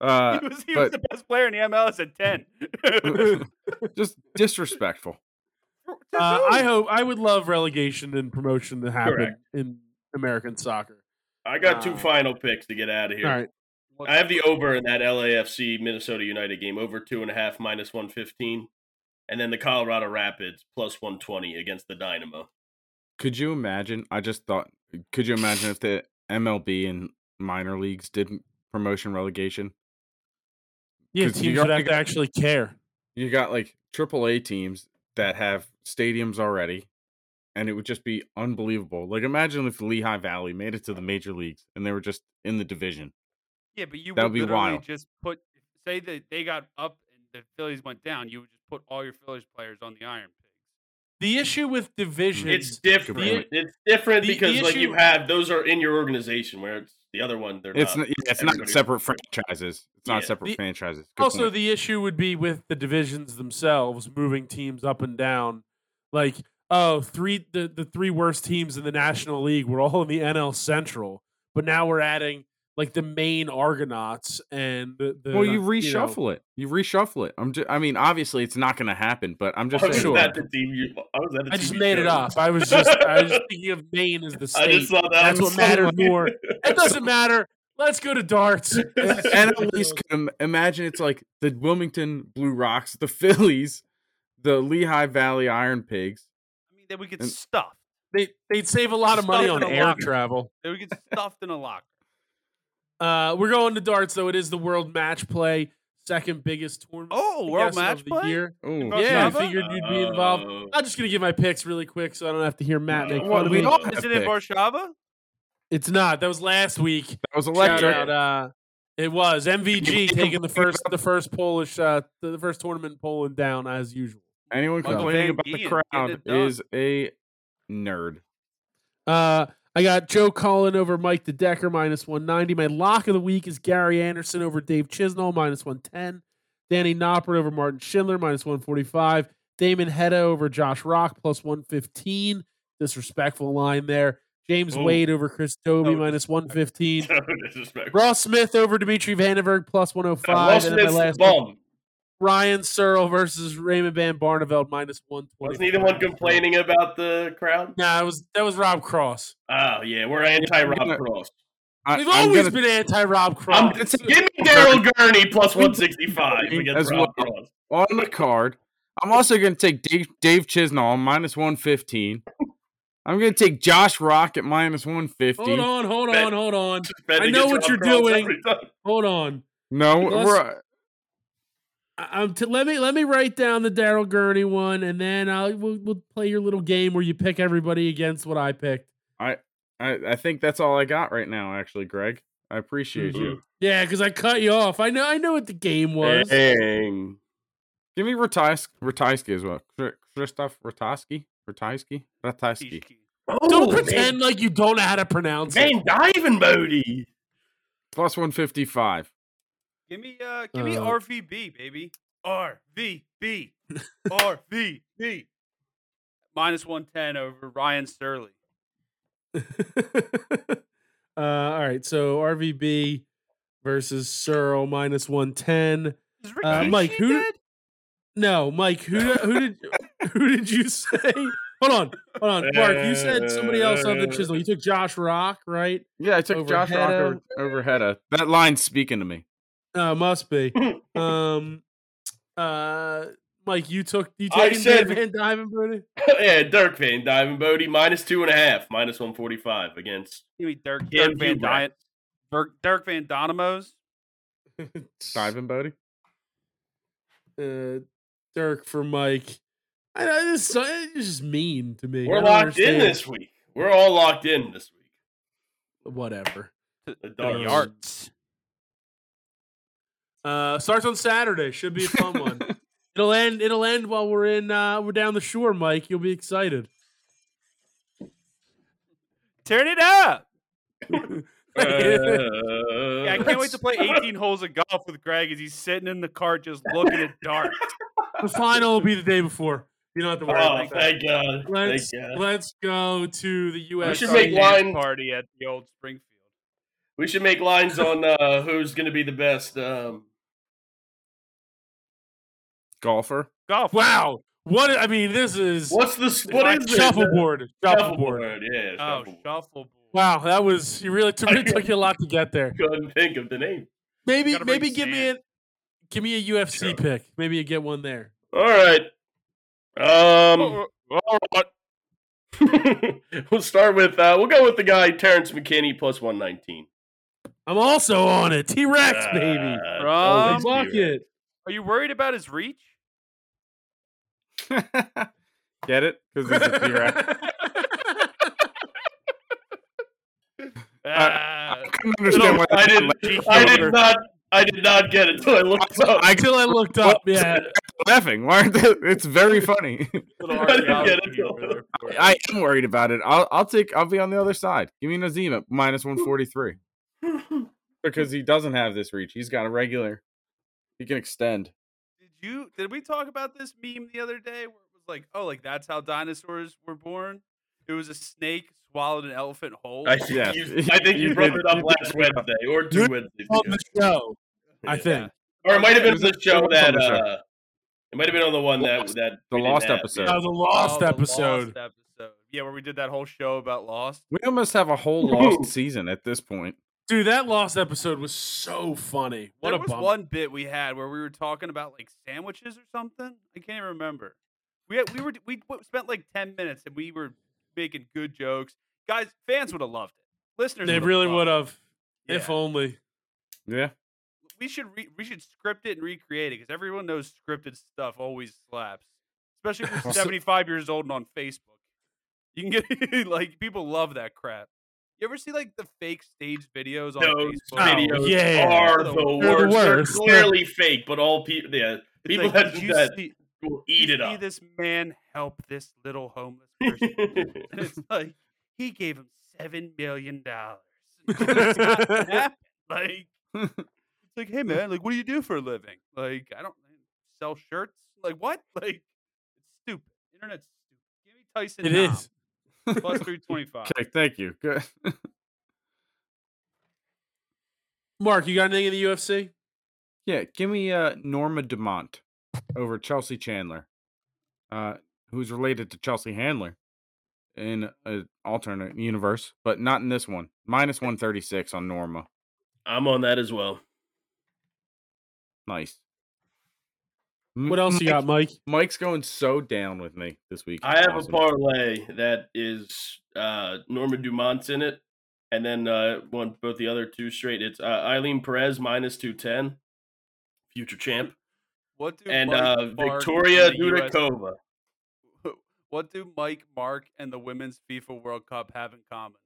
S5: Uh,
S4: he was, he was
S5: but-
S4: the best player in the MLS at 10.
S5: just disrespectful.
S4: To
S2: Uh,
S4: who?
S2: I hope I would love relegation and promotion to happen
S3: Correct.
S2: in American soccer.
S3: I got two
S2: Wow.
S3: final picks to get out of here.
S2: All right.
S3: I have the over in that LAFC Minnesota United game, over two and a half minus one fifteen, and then the Colorado Rapids plus one twenty against the Dynamo.
S5: Could you imagine? I just thought. Could you imagine if the MLB and minor leagues didn't promotion relegation?
S2: Yeah,
S5: 'Cause you
S2: teams
S5: got-
S2: would
S5: you
S2: have to
S5: got-
S2: actually care.
S5: You got like AAA teams that have stadiums already, and it would just be unbelievable. Like imagine if Lehigh Valley made it to the major leagues and they were just in the division.
S4: Yeah, but you
S5: That
S4: would
S5: would be
S4: literally
S5: wild.
S4: just put say that they got up and the Phillies went down. You would just put all your Phillies players on the Iron Pigs.
S2: The issue with divisions
S3: It's different.
S5: Right.
S3: It's different
S2: The- the
S3: because like you
S2: issue-
S3: have those are in your organization, where it's the other one they're
S5: It's
S3: not.
S5: not, it's not
S3: everybody-
S5: separate franchises. It's not
S3: Yeah.
S5: separate
S2: The-
S5: franchises. Good
S2: also
S5: point.
S2: the issue would be with the divisions themselves moving teams up and down like oh three the, the three worst teams in the national league were all in the nl central but now we're adding like the main argonauts and the, the
S5: well, you
S2: know,
S5: reshuffle it. You reshuffle it. I'm just. I mean, obviously, it's not going to happen, but I'm just
S3: I was
S5: saying.
S2: sure.
S3: at the team. You, I was at the
S2: i just
S3: TV
S2: made it
S3: show.
S2: up i was just i was just thinking of maine as the
S3: I
S2: state
S3: just saw that.
S2: that's
S3: on
S2: what mattered
S3: someone.
S2: more it doesn't matter let's go to darts
S5: and at least im- imagine it's like the Wilmington Blue Rocks, the Phillies, the Lehigh Valley Iron Pigs.
S4: I mean, they would get
S5: And-
S4: stuffed.
S2: They they'd save a lot of money
S4: Stuff
S2: on
S4: in a
S2: air
S4: locker.
S2: travel.
S4: They would get stuffed in a locker.
S2: Uh, we're going to darts though. It is the world match play, second biggest tournament.
S4: Oh,
S2: I
S4: world
S2: guess, of
S4: match
S2: the
S4: play?
S2: year.
S5: Oh,
S4: Oh,
S2: Yeah, I
S4: Java?
S2: figured you'd be involved.
S3: Oh,
S2: I'm just gonna give my picks really quick, so I don't have to hear Matt make
S3: Uh,
S2: fun
S3: well,
S2: of
S5: we
S2: me.
S5: all-
S4: Is
S5: Epic.
S4: it in Warshava?
S2: It's not. That was last week.
S5: that was
S2: Shout
S5: electric.
S2: out, uh, it was MVG
S5: Anyone
S2: taking the first the first Polish uh, the first tournament in Poland down as usual.
S5: Anyone
S4: Michael
S5: complaining
S4: Van
S5: about the
S4: Gien, get
S5: crowd
S4: it done.
S5: is a nerd.
S2: Uh, I got Joe Collin over Mike the Decker minus 190. My lock of the week is Gary Anderson over Dave Chisnell minus 110. Danny Knopper over Martin Schindler minus 145. Damon Hedda over Josh Rock plus 115. Disrespectful line there. James
S3: Ooh.
S2: Wade over Chris Toby
S4: Oh,
S2: minus 115.
S3: Disrespectful.
S2: Ross Smith over Dimitri Vandenberg plus
S3: Uh,
S2: 105.
S3: Ross
S2: and then my last
S3: Smith's
S2: one,
S3: bum.
S2: Ryan Searle versus Raymond Van Barneveld minus 120.
S3: Wasn't he the one complaining about the crowd?
S2: Nah, it was, that was Rob Cross.
S3: Oh yeah, we're anti Rob Cross.
S5: I,
S2: We've
S5: I'm
S2: always
S5: gonna-
S2: been anti Rob Cross.
S3: Um, give me Daryl Gurney plus one sixty five against
S5: As
S3: Rob
S5: well.
S3: Cross.
S5: on the card. I'm also going to take Dave, Dave Chisnall minus 115. I'm going to take Josh Rock at minus 150.
S2: Hold on, hold
S3: Bet.
S2: on, hold on,
S3: Just bet
S2: I
S3: against
S2: know what
S3: Rob
S2: you're
S3: Cross
S2: doing.
S3: every time.
S2: hold on.
S5: No,
S2: Let's-
S5: we're,
S2: I- I'm t- let me let me write down the Daryl Gurney one, and then I'll we'll, we'll play your little game where you pick everybody against what I picked.
S5: uh, I, I think that's all I got right now, actually, Greg. I appreciate you.
S2: Yeah, because I cut you off. I know I know what the game was.
S3: Dang.
S5: Give me Ratajs- Ratajski as well. Kr- Krzysztof Ratajski? Ratajski? Ratajski.
S2: don't
S3: Oh,
S2: pretend like you don't know how to pronounce it.
S3: Man, diving Bodie.
S5: Plus 155.
S4: Give me, uh, give me
S2: Uh,
S4: RVB, baby. RVB. RVB. Minus 110 over Ryan Surley.
S2: uh, all right, so RVB versus Searle minus one ten.
S4: Is
S2: Uh,
S4: Rikishi
S2: Mike, who
S4: dead?
S2: No, Mike, who di- who did who did you say? Hold on, hold on, Mark. You said somebody else on the chisel. You took Josh Rock, right?
S5: Yeah, I took
S2: Over
S5: Josh Rock
S2: Hedda.
S5: over, over Hedda. That line's speaking to me.
S2: Uh, must be. Um, uh, Mike, you took you
S3: I
S2: taking
S3: said-
S2: Dave Van Dyven, Brody?
S3: yeah, Dirk Van Diving Bodie minus two and a half, minus one forty five against
S4: Give me Dirk,
S3: Yeah,
S4: Dirk Van
S3: you, Brad.
S4: Dyke. Dirk, Dirk Van Donamos.
S5: Diving, buddy.
S2: Uh, Dirk for Mike. I know this is so- it's just mean to me. I
S3: We're
S2: don't
S3: locked in
S2: understand.
S3: this week. We're all locked in this week.
S2: Whatever.
S3: The
S2: Um,
S3: darts.
S4: Yarts.
S2: Uh, starts on Saturday. Should be a fun one. It'll end. It'll end while we're in. Uh, we're down the shore, Mike. You'll be excited.
S4: Turn it up.
S3: Uh,
S4: Yeah, I can't wait to play 18 holes of golf with Greg as he's sitting in the car just looking at darts.
S2: The final will be the day before. You don't have to worry
S3: Oh,
S2: about that.
S3: thank God.
S2: Let's
S3: Thank God.
S2: let's go to the U.S.
S3: should make
S2: Open.
S3: wine-
S4: party at the old Springfield.
S3: We should make lines on uh, who's going to be the best. Um,
S5: Golfer.
S4: Golf.
S2: Wow, what I mean, this is
S3: what's the s- what is it?
S2: shuffleboard. Shuffleboard.
S3: Shuffleboard. Yeah.
S4: Oh,
S3: Shuffleboard.
S4: shuffleboard.
S2: Wow, that was you really took, it took you a lot to get there.
S3: Couldn't think of the name.
S2: Maybe
S4: Gotta bring
S2: maybe give me
S4: sand.
S2: a give me a UFC
S3: Sure.
S2: pick. Maybe you get one there.
S3: All right. Um,
S4: Oh, all right.
S3: we'll start with uh, we'll go with the guy Terrence McKinney plus one nineteen. Uh,
S2: I'm also on it. T Rex, baby.
S4: From
S3: always
S2: Fuck
S3: T-Rex.
S2: it.
S4: Are you worried about his reach?
S5: Get it? Because it's a T-Rex.
S4: Ah, Uh,
S5: I couldn't understand why
S3: I
S5: that
S3: didn't.
S5: lady
S3: I
S5: over.
S3: did not. I did not get it till I looked up. I,
S2: Until I looked up, yeah.
S5: laughing. Why aren't they- It's very funny.
S4: little
S3: I didn't
S4: archaeology
S3: get it.
S4: over there for you.
S5: I am worried about it. I'll, I'll take. I'll be on the other side. Give me Nazim at minus one forty three because he doesn't have this reach. He's got a regular. He can extend.
S4: Did you? Did we talk about this meme the other day where it was like, oh, like that's how dinosaurs were born? It was a snake swallowed an elephant whole.
S3: I, think
S5: Yeah.
S3: you, I think you,
S5: You
S3: brought
S5: did-
S3: it
S5: you
S3: up
S5: did
S3: last
S5: bring it
S3: Wednesday or two
S2: You-
S3: Wednesdays
S2: on
S3: ago.
S2: the show, I
S3: Yeah.
S2: think.
S3: or it might have been
S5: It was
S3: the
S5: on- it
S3: show
S5: was on
S3: that
S5: the show.
S3: uh, it might have been on the one that
S5: Lost.
S3: that
S5: The
S3: we didn't
S5: lost
S3: have.
S5: episode.
S2: Oh, the
S4: Oh,
S2: lost
S4: the
S2: episode.
S4: Lost episode. Yeah, where we did that whole show about Lost.
S5: We almost have a whole lost season at this point.
S2: Dude, that lost episode was so funny. What
S4: there
S2: a
S4: was
S2: bummer.
S4: one bit we had where we were talking about like sandwiches or something. I can't even remember. We had, we were we w- spent like ten minutes and we were making good jokes. Guys, fans would have loved it. Listeners,
S2: They
S4: would've
S2: really
S4: loved
S2: would
S4: it.
S2: have,
S4: Yeah.
S2: if only.
S5: Yeah.
S4: we should re- we should script it and recreate it because everyone knows scripted stuff always slaps, especially if you're
S2: Also-
S4: 75 years old and on Facebook. You can get like people love that crap. You ever see like the fake stage videos on
S3: Those
S5: Oh,
S4: Facebook?
S2: video-
S3: videos
S2: yeah.
S3: are
S4: They're
S3: the
S4: the
S3: worst. They're
S2: worst.
S3: clearly fake, but all people, yeah,
S4: It's
S3: people
S4: like,
S3: that
S4: "Did
S3: do
S4: you
S3: that
S4: see,
S3: will
S4: did
S3: eat
S4: you
S3: it
S4: see
S3: up.
S4: this man help this little homeless person? and it's like he gave him seven million dollars. like it's like, hey man, like what do you do for a living? Like I don't eh, sell shirts. Like what? Like it's stupid. Internet's stupid. Give me Tyson.
S2: It
S4: Nam,
S2: is.
S4: plus three twenty five.
S5: Okay, thank you. Good.
S2: Mark, you got anything in the UFC?
S5: Yeah, give me uh, Norma Demont over Chelsea Chandler, uh, who's related to Chelsea Handler in an alternate universe, but not in this one. Minus 136 on Norma.
S3: I'm on that as well.
S5: Nice.
S2: What else you got, Mike?
S5: Mike's going so down with me this week.
S3: I have
S5: Awesome.
S3: a parlay that is uh, Norma Dumont's in it, and then uh, one both the other two straight. It's uh, Eileen Perez minus two ten, future champ,
S4: What do
S3: and
S4: Mike
S3: uh,
S4: Mark
S3: Victoria
S4: and the US
S3: Dudakova.
S4: What do Mike Mark and the Women's FIFA World Cup have in common?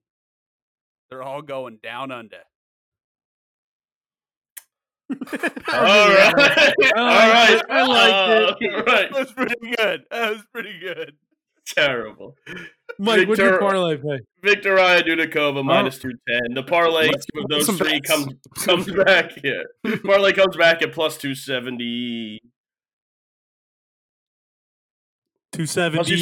S4: They're all going down under.
S3: All right, all right,
S2: Uh, Oh,
S3: Uh,
S2: I like
S3: it.
S4: That
S3: Right,
S4: was pretty good. That was pretty good.
S3: terrible.
S2: Mike, what'd your
S3: Victor-
S2: parlay pay?
S3: Victoria Dudakova minus two ten. The parlay
S5: Let's go
S3: of
S5: with
S3: those
S5: some
S3: three
S5: bets.
S3: comes comes back here. parlay comes back at plus two seventy, plus two seventy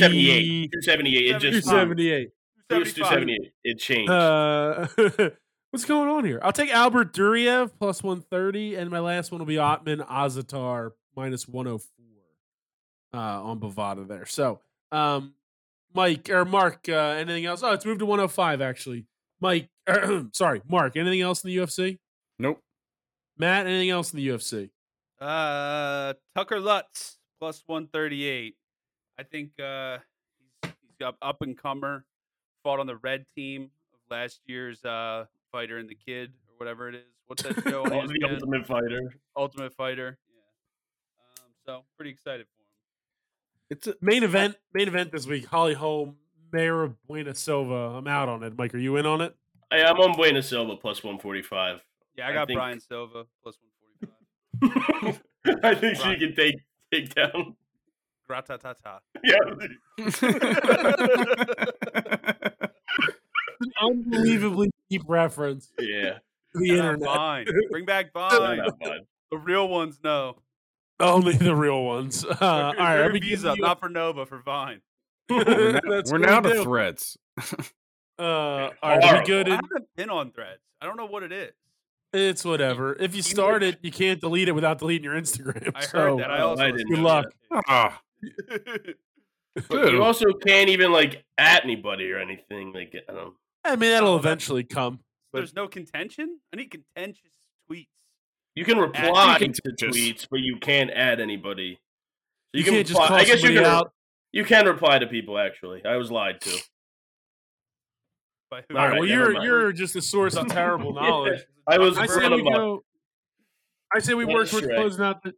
S2: 270.
S3: eight, two seventy eight. It just it
S2: 278.
S3: was two seventy eight. It changed.
S2: Uh, what's going on here? I'll take Albert Duryev plus 130, and my last one will be Otman Azatar minus 104 uh, on Bovada there. So, um, Mike or Mark, uh, anything else? Oh, it's moved to 105, actually. Mike, sorry, Mark, anything else in the UFC?
S5: Nope.
S2: Matt, anything else in the UFC?
S4: Uh, Tucker Lutz plus one thirty eight. I think uh, he's he's got up and comer. Fought on the red team of last year's uh, fighter and the kid or whatever it is. What's that show? on E
S3: Oh, the
S4: ESPN?
S3: Ultimate Fighter.
S4: Ultimate Fighter. Yeah. Um, so pretty excited for
S5: It's a,
S2: Main event, main event this week. Holly Holm, Mayor of Buena Silva. I'm out on it. Mike, are you in on it?
S3: Hey, I'm on Buena Silva plus one forty five.
S4: him. Yeah, I
S3: I
S4: got
S3: think-
S4: Brian Silva plus one forty five.
S3: I think she
S4: Right.
S3: can take take down.
S4: Gratatata.
S3: Yeah,
S2: An unbelievably deep reference Uh,
S3: yeah.
S2: to the
S4: Shout out
S2: internet.
S4: Vine. Bring back
S3: I'm
S4: Vine.
S3: not bad.
S4: the real ones know.
S2: Only the real ones. Uh, all
S4: They're-
S2: right,
S4: they're
S2: I'll be
S4: Visa,
S2: giving you-
S4: not for Nova, for Vine.
S5: we're now,
S2: That's
S5: we're
S2: what
S5: now
S2: we
S5: to
S2: do.
S5: threads.
S2: Uh, all right, are we
S3: Horrible.
S2: good?
S4: I
S2: In,
S4: haven't been on Threads. I don't know what it is.
S2: it's whatever. If you
S4: You
S2: start
S4: would-
S2: it, you can't delete it without deleting your Instagram.
S4: I heard
S2: so-
S4: that. I
S3: Oh,
S4: also
S3: I
S4: was
S3: didn't
S4: thinking
S2: Good luck.
S4: that.
S5: Ah,
S3: But
S5: dude.
S3: you also can't even like at anybody or anything. Like I don't.
S2: I mean, that'll
S4: Oh, that-
S2: eventually come. but-
S4: There's no contention. I need contentious tweets.
S3: You can reply
S5: can
S3: to
S5: just-
S3: tweets, but you can't add anybody. So
S2: You, can't just
S3: reply-
S2: call somebody
S3: you can,
S2: out.
S3: You can reply to people. Actually, I was lied to.
S4: By who?
S2: All right,
S3: Alright,
S2: well,
S3: never
S2: you're
S3: mind.
S2: you're just a source of terrible
S3: Yeah,
S2: knowledge.
S3: I was.
S2: I say
S3: brought
S2: we
S3: up.
S2: go. I say we
S3: What
S2: work
S3: a
S2: towards
S3: Shrek.
S2: closing out the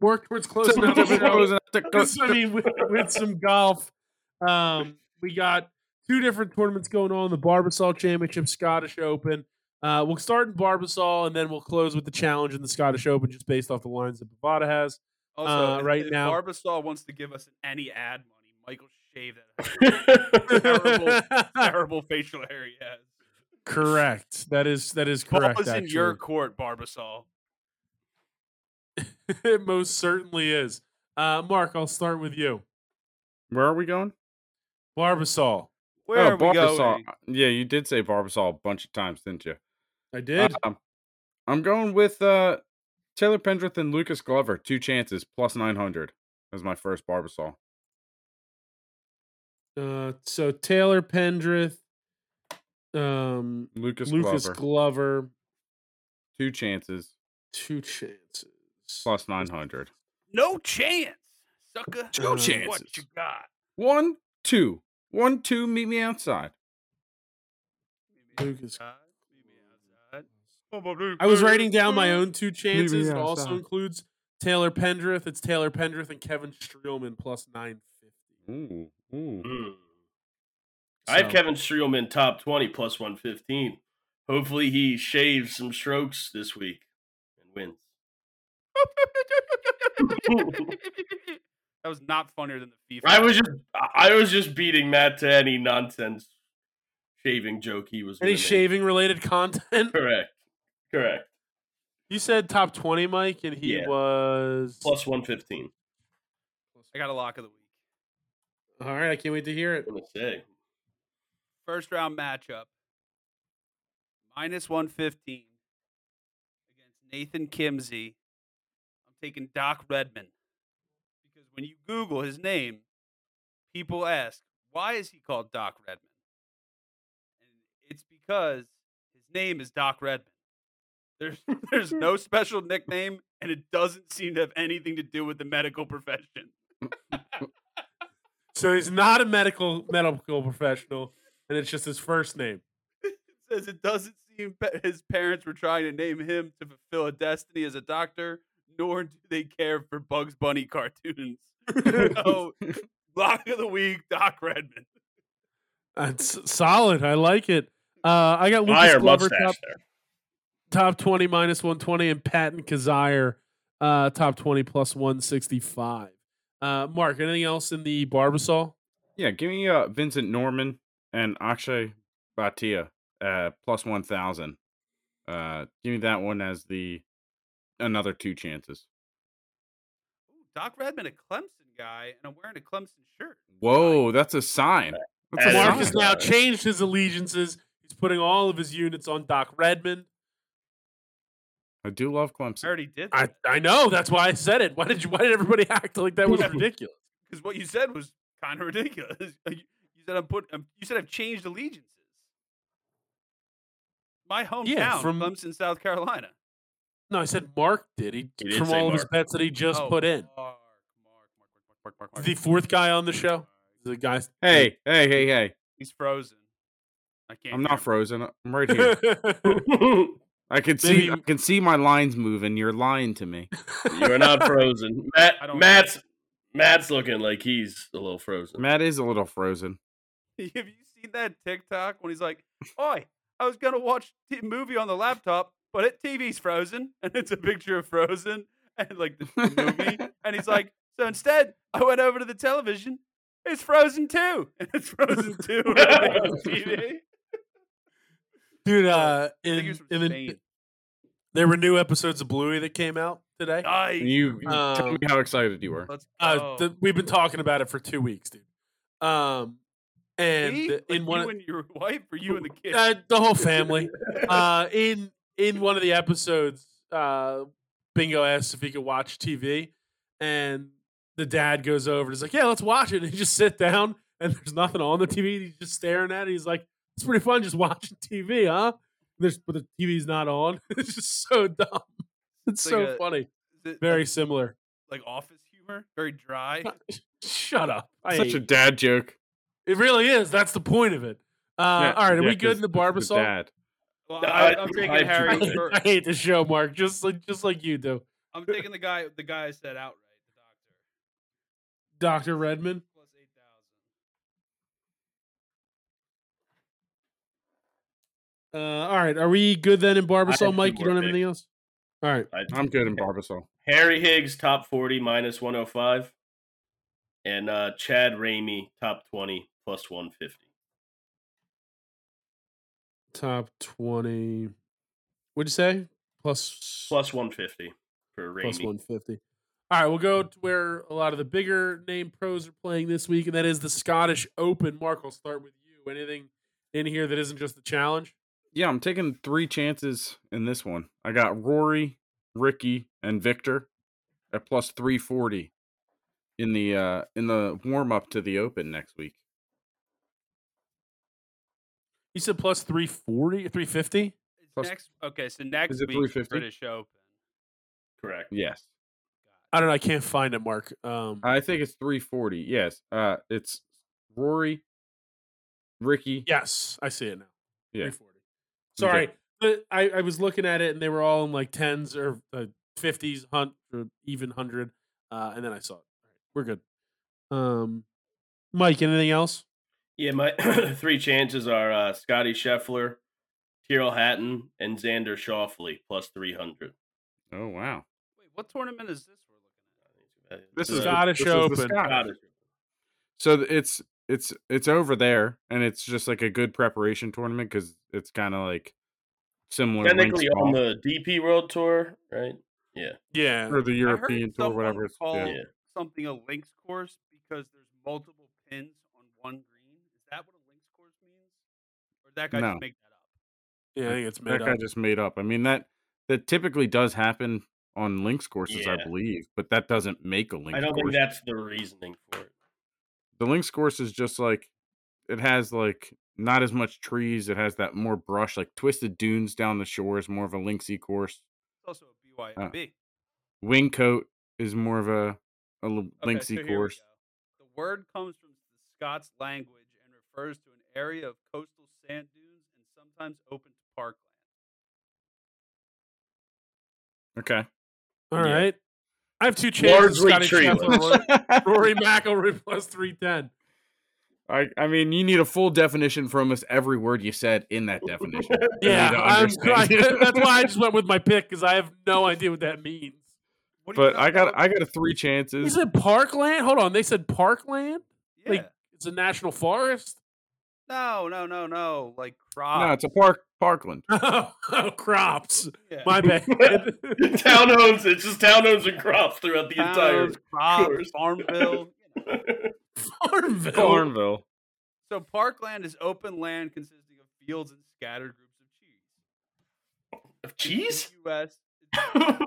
S2: work towards
S5: So
S2: closing out the
S5: we're
S2: show.
S5: closing out the co-
S2: Because, I mean, with, with some golf, um, we got two different tournaments going on: the Barbasol Championship, Scottish Open. Uh, we'll start in Barbasol, and then we'll close with the challenge in the Scottish Open, just based off the lines that Bavada has.
S4: Also,
S2: Uh,
S4: if-
S2: right
S4: if
S2: now-
S4: Barbasol wants to give us any ad money. Michael shave that Terrible. terrible facial hair he has.
S2: correct. That is that is
S4: Ball
S2: correct.
S4: is in your
S2: actually.
S4: court, Barbasol.
S2: it most certainly is. Uh, Mark, I'll start with you.
S5: Where are we going?
S2: Barbasol.
S4: Where
S5: oh,
S4: are we
S5: Barbasol.
S4: going?
S5: Yeah, you did say Barbasol a bunch of times, didn't you?
S2: I
S4: Uh,
S2: did.
S5: Um, I'm going with uh, Taylor Pendrith and Lucas Glover. Two chances, plus 900 as my first Barbasol.
S2: Uh, so Taylor Pendrith, um,
S5: Lucas,
S2: Lucas
S5: Glover.
S2: Glover,
S5: two chances,
S2: two chances.
S5: plus 900.
S4: No chance. sucker.
S5: Two
S4: What
S5: chances.
S4: you got?
S5: One, two. One, two, meet me outside.
S2: Lucas. I
S4: I
S2: was writing down my own two chances. It
S5: outside.
S2: also includes Taylor Pendrith. It's Taylor Pendrith and Kevin Streelman plus 950.
S5: Ooh, ooh.
S3: Hmm. I have
S2: So-
S3: Kevin Streelman top 20 plus 115. Hopefully he shaves some strokes this week and wins.
S4: that was not funnier than the FIFA.
S3: I was just I was just beating Matt to any nonsense shaving joke he was
S2: Any
S3: gonna make.
S2: shaving related content?
S3: Correct. Correct.
S2: You said top 20, Mike, and he
S3: Yeah.
S2: was.
S3: Plus 115.
S4: I got a lock of the week.
S2: All right, I can't wait to hear it.
S3: I'm gonna say.
S4: First round matchup. Minus 115 against Nathan Kimsey. I'm taking Doc Redman. Because when you Google his name, people ask, why is he called Doc Redman? And it's because his name is Doc Redman. There's, there's no special nickname, and it doesn't seem to have anything to do with the medical profession.
S2: So he's not a medical medical professional, and it's just his first name.
S4: It says it doesn't seem pa- his parents were trying to name him to fulfill a destiny as a doctor, nor do they care for Bugs Bunny cartoons. so, lock of the week, Doc Redman.
S2: That's solid. I like it. Uh, I got Lucas
S3: Fire
S2: Glover
S3: mustache
S2: top,
S3: there.
S2: top 20 minus 120 and Patton Kazire uh, top 20 plus 165. Uh, Mark, anything else in the Barbasol?
S5: Yeah, give me uh, Vincent Norman and Akshay Bhatia uh, plus one thousand. Uh, give me that one as the another two chances.
S4: Ooh, Doc Redman, a Clemson guy, and I'm wearing a Clemson shirt.
S5: Whoa, that's a sign. That's
S2: Mark
S3: That is
S5: a sign.
S3: a
S2: has
S3: sign.
S2: now changed his allegiances. He's putting all of his units on Doc Redman.
S5: I do love
S4: I
S5: Clemson.
S4: already did
S2: I, I know. That's why I said it. Why did you? Why did everybody act like that was
S4: Yeah.
S2: ridiculous?
S4: because what you said was kind of ridiculous. you you said I'm put. I'm, you said I've changed allegiances. My hometown,
S2: from-
S4: Clemson, South Carolina.
S2: No, I said Mark did. He,
S3: He did
S2: from
S3: say
S2: all of his
S3: Mark.
S2: bets that he just
S4: Oh,
S2: put in.
S4: Mark, Mark, Mark, Mark, Mark, Mark,
S2: The
S4: Mark.
S2: fourth guy on the show. The guy.
S5: Hey, hey, hey, hey!
S4: He's frozen. I can't.
S5: I'm
S4: hear him.
S5: not frozen. I'm right here. I can see. I
S2: Maybe-
S5: can see my lines moving. You're lying to me.
S3: You're not frozen. Matt
S4: I don't-
S3: Matt's Matt's looking like he's a little frozen.
S5: Matt is a little frozen.
S4: Have you seen that TikTok when he's like, "Oi, I was gonna watch t- movie on the laptop, but it TV's frozen, and it's a picture of Frozen and like the, the movie." and he's like, "So instead, I went over to the television. It's Frozen too, and it's Frozen too on the TV."
S2: Dude, uh,
S4: I think he
S2: in,
S4: was from
S2: in the,
S4: Spain.
S2: there were new episodes of Bluey that came out today.
S4: Nice.
S5: You, you tell
S2: Um,
S5: me how excited you were.
S4: Let's go.
S2: Uh, th- we've been talking about it for two weeks, dude. Um, and
S4: Me? Like
S2: in one,
S4: you
S2: of-
S4: and your wife, or you and the kid?
S2: uh, the whole family. uh, in in one of the episodes, uh, Bingo asks if he could watch TV, and the dad goes over. and He's like, "Yeah, let's watch it." And he just sit down, and there's nothing on the TV. and He's just staring at it. He's like, "It's pretty fun, just watching TV, huh?" There's but the TV's not on. it's just so dumb. It's
S4: It's
S2: so
S4: like a-
S2: funny.
S4: Is it,
S2: Very
S4: like,
S2: similar.
S4: like office humor, very dry.
S2: Shut up. I
S5: Such
S2: hate
S5: a
S2: you.
S5: dad joke.
S2: it really is. That's the point of it. Uh,
S5: Yeah,
S2: all right, are
S5: yeah,
S2: we
S5: 'cause
S2: good in the
S5: it's
S2: barbasol?
S5: Dad.
S4: Well,
S3: No,
S4: I,
S3: I-
S4: I'm taking
S3: I-
S4: Harry.
S3: I-
S4: Fur-
S2: I hate the show, Mark. Just like just like you do,
S4: I'm taking the guy. The guy I said outright. The doctor
S2: Doctor Redman.
S4: plus eight thousand.
S2: Uh, all right, are we good then in
S3: I
S2: Barbasol,
S3: have
S2: Mike?
S3: two
S2: You don't
S3: more
S2: have anything else. All right,
S3: I-
S5: I'm good in Barbasol.
S3: Harry Higgs top 40 minus 105 and uh Chad Ramey top 20 plus 150.
S2: top twenty. What'd you say? Plus
S3: Plus 150 for Ramey.
S2: plus one fifty. All right, we'll go to where a lot of the bigger name pros are playing this week, and that is the Scottish Open. Mark, I'll start with you. Anything in here that isn't just the challenge?
S5: Yeah, I'm taking three chances in this one. I got Rory, Ricky, and Victor at plus 340 in the uh in the warm up to the Open next week.
S2: You said plus 340, 350?
S4: It's
S5: Plus-
S4: next. Okay, so next
S5: Is it
S4: week
S5: 350?
S4: British Open.
S3: Correct.
S5: Yes.
S2: I don't know. I can't find it, Mark. Um,
S5: I think it's 340. Yes. Uh, it's Rory, Ricky.
S2: yes, I see it now.
S5: Yeah.
S2: 340. Sorry, but I, I was looking at it and they were all in like tens or uh, fifties, hunt or even hundred, uh, and then I saw it. All right, we're good. Um, Mike, anything else?
S3: Yeah, my three chances are uh, Scotty Scheffler, Tyrrell Hatton, and Xander Shoffley plus 300.
S5: Oh, wow.
S4: Wait, what tournament is this we're looking
S5: This
S3: Uh,
S5: is
S2: Scottish
S5: this is the
S2: Open.
S5: Scottish.
S3: Scottish.
S5: So th- it's it's it's over there, and it's just like a good preparation tournament because it's kind of like similar. links
S3: Technically on
S5: golf
S3: the DP World Tour, right? Yeah.
S2: Yeah,
S4: at? I
S5: or the
S4: heard
S5: European tour,
S4: someone
S5: whatever. It's,
S4: call
S5: yeah.
S3: Yeah.
S4: Something a links course because there's multiple pins on one green. Is that what a links course means? Or did that guy
S5: No.
S4: just make that up?
S2: yeah, I think it's made
S5: That guy
S2: up.
S5: just made up. I mean that that typically does happen on links courses, I
S3: Yeah.
S5: believe, but that doesn't make a links.
S3: I don't think
S5: course.
S3: that's the reasoning for it.
S5: the links course is just like it has like not as much trees. It has that more brush, like twisted dunes down the shore is more of a linksy course.
S4: It's also a
S5: Uh.
S4: BYOB.
S5: Wingcoat is more of a a l-
S4: Okay,
S5: linksy
S4: so here we
S5: course.
S4: go. The word comes from the Scots language and refers to an area of coastal sand dunes and sometimes open to parkland.
S5: Okay.
S2: All
S3: Yeah.
S2: right, I have two chances.
S3: Largely
S2: Scotty Scheffler,
S3: treeless.
S2: Rory- Rory McIlroy plus three ten.
S5: I, I mean, you need a full definition for almost every word you said in that definition. for me
S2: Yeah,
S5: to
S2: I'm, I,
S5: understand.
S2: that's why I just went with my pick because I have no idea what that means.
S4: What do you
S5: but
S4: know
S5: I got
S4: about-
S5: I got a three
S2: They
S5: chances.
S2: said parkland. Hold on, they said parkland.
S4: yeah.
S2: like- It's a national forest.
S4: no, no, no, no. Like crop.
S5: No, it's a park Parkland.
S2: Oh, crops.
S4: yeah.
S2: My bad.
S3: townhomes. It's just townhomes and crops throughout the entire.
S4: Towns, crops,
S3: course.
S4: Farmville. you know.
S2: Farmville.
S5: Farmville.
S4: So parkland is open land consisting of fields and scattered groups of cheese.
S3: Of
S4: In the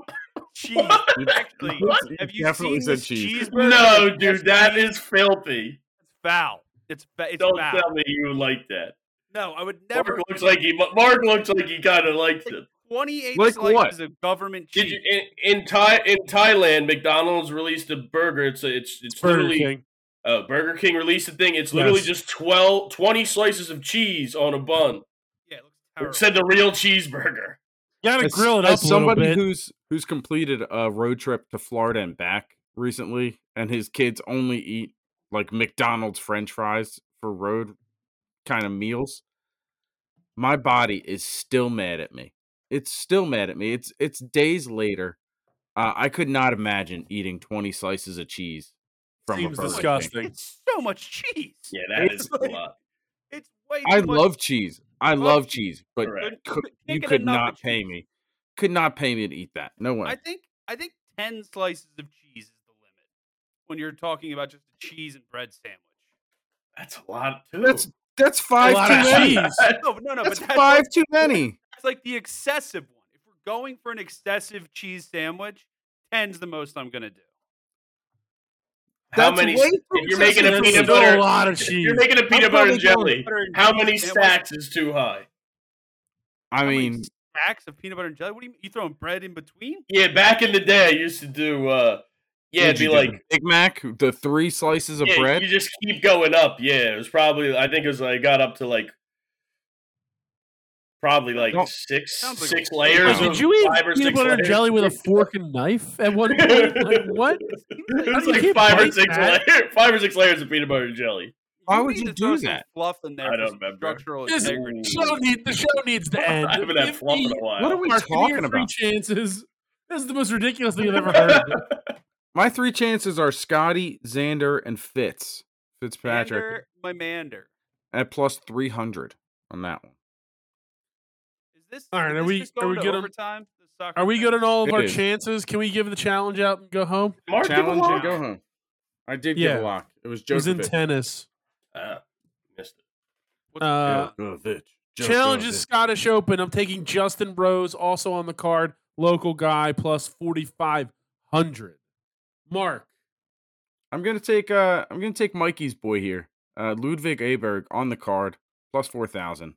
S3: cheese?
S4: U.S.
S3: no,
S4: cheese. Actually,
S5: What? You
S4: have you
S5: definitely
S4: seen
S5: said
S4: this
S5: cheese.
S4: cheeseburger? with
S3: dude,
S4: just
S3: that
S4: cheese?
S3: is filthy.
S4: It's foul. It's fa- it's
S3: Don't
S4: foul.
S3: tell me you like that.
S4: No, I would never.
S3: Mark looks like he. Mark looks like he kind of liked it.
S4: 28
S5: Like
S4: slices
S5: what?
S4: of government
S3: Did
S4: cheese.
S3: you, in, in Thai in Thailand, McDonald's released a burger. It's it's it's
S2: Burger
S3: literally
S2: King.
S3: Uh, Burger King released a thing. It's literally
S2: Yes.
S3: just 12, 20 slices of cheese on a bun.
S4: yeah, it looks
S3: It
S4: terrible.
S3: said the real cheeseburger.
S2: You gotta
S5: As-
S2: grill it up
S5: as
S2: a little
S5: somebody
S2: bit.
S5: who's who's completed a road trip to Florida and back recently, and his kids only eat like McDonald's French fries for road kind of meals. My body is still mad at me. It's still mad at me. It's it's days later. Uh, I could not imagine eating twenty slices of cheese from
S2: Seems
S5: a Burger King.
S2: disgusting.
S4: it's so much cheese.
S3: Yeah, that
S4: It's
S3: is
S4: like-
S3: a lot.
S4: It's way too
S5: I
S4: much.
S5: love cheese. I love cheese, but
S3: Correct.
S5: could,
S4: Can't
S5: you
S4: get
S5: could
S4: enough of
S5: not pay
S4: cheese.
S5: me. Could not pay me to eat that. No way.
S4: I think I think 10 slices of cheese is the limit when you're talking about just a cheese and bread sandwich.
S3: That's a lot too.
S5: That's that's
S2: A
S5: five
S2: lot
S5: too
S2: of
S5: many.
S2: cheese.
S4: No, but no, no,
S5: That's
S4: but that's
S5: five too many.
S4: It's like the excessive one. If we're going for an excessive cheese sandwich, 10's the most I'm gonna do.
S3: How
S5: That's
S3: many?
S5: way too
S3: If you're making a
S5: excessive.
S3: peanut
S2: That's
S3: butter,
S2: a lot of
S3: if
S2: cheese.
S3: you're making a peanut butter
S5: probably
S3: and
S5: going
S3: jelly.
S4: Butter and
S3: How
S4: cheese
S3: many
S4: sandwich,
S3: stacks is too high?
S5: I
S4: how many
S5: mean,
S4: stacks of peanut butter and jelly. What do you mean? You throwing bread in between?
S3: Yeah, back in the day, I used to do. uh Yeah, it'd
S5: what'd
S3: be
S5: you do,
S3: like
S5: Big Mac, the three slices of
S3: yeah,
S5: bread.
S3: You just keep going up. Yeah, it was probably. I think it was. I got up to like probably like
S5: Don't-
S3: six
S4: Sounds like a
S3: six
S4: food
S3: layers.
S5: Wow.
S2: Did
S3: of
S2: you eat
S3: five or
S2: peanut
S3: six
S2: butter and
S3: layers.
S2: jelly with a fork and knife at one point? Like, what? How
S3: It's
S2: do you
S3: like
S2: keep
S3: five or
S2: biting
S3: six
S2: that?
S3: layers. Five or six layers of peanut butter and jelly.
S5: Why would
S4: need to
S5: you
S4: throw
S5: do
S4: some
S5: that?
S4: Fluff in there.
S3: I
S4: for
S3: don't
S4: some
S3: remember.
S4: Structural
S2: This-
S4: integrity.
S2: Show need, the show needs to end.
S3: I haven't had
S2: Give
S3: fluff in
S2: me-
S3: a while.
S5: What are we
S2: uh, Mark, give me your
S5: talking
S2: three
S5: about?
S2: chances. This is the most ridiculous thing I've ever heard.
S5: My three chances are Scotty, Xander, and Fitz Fitzpatrick
S4: Mander, my mander.
S5: at plus three hundred on that one.
S4: Is this
S2: All right,
S4: is
S2: are
S4: this
S2: we-
S4: just
S2: are
S4: going
S2: we
S4: to
S2: good on-
S4: overtime? The soccer
S2: Are we good on all of
S5: It
S2: our
S5: is.
S2: chances? Can we give the challenge out and go home?
S3: Mark, give a
S5: Challenge and
S3: lock.
S5: go home. I did
S2: Yeah.
S5: give a lock. It was
S2: It was in
S5: Djokovic.
S2: tennis.
S3: Ah, missed it.
S2: Uh,
S5: Djokovic.
S2: Challenge is
S5: Djokovic.
S2: Scottish Open. I'm taking Justin Rose, also on the card, local guy, plus 4,500. Mark,
S5: I'm gonna take. Uh, I'm gonna take Mikey's boy here. Uh, Ludwig Aberg on the card plus four thousand.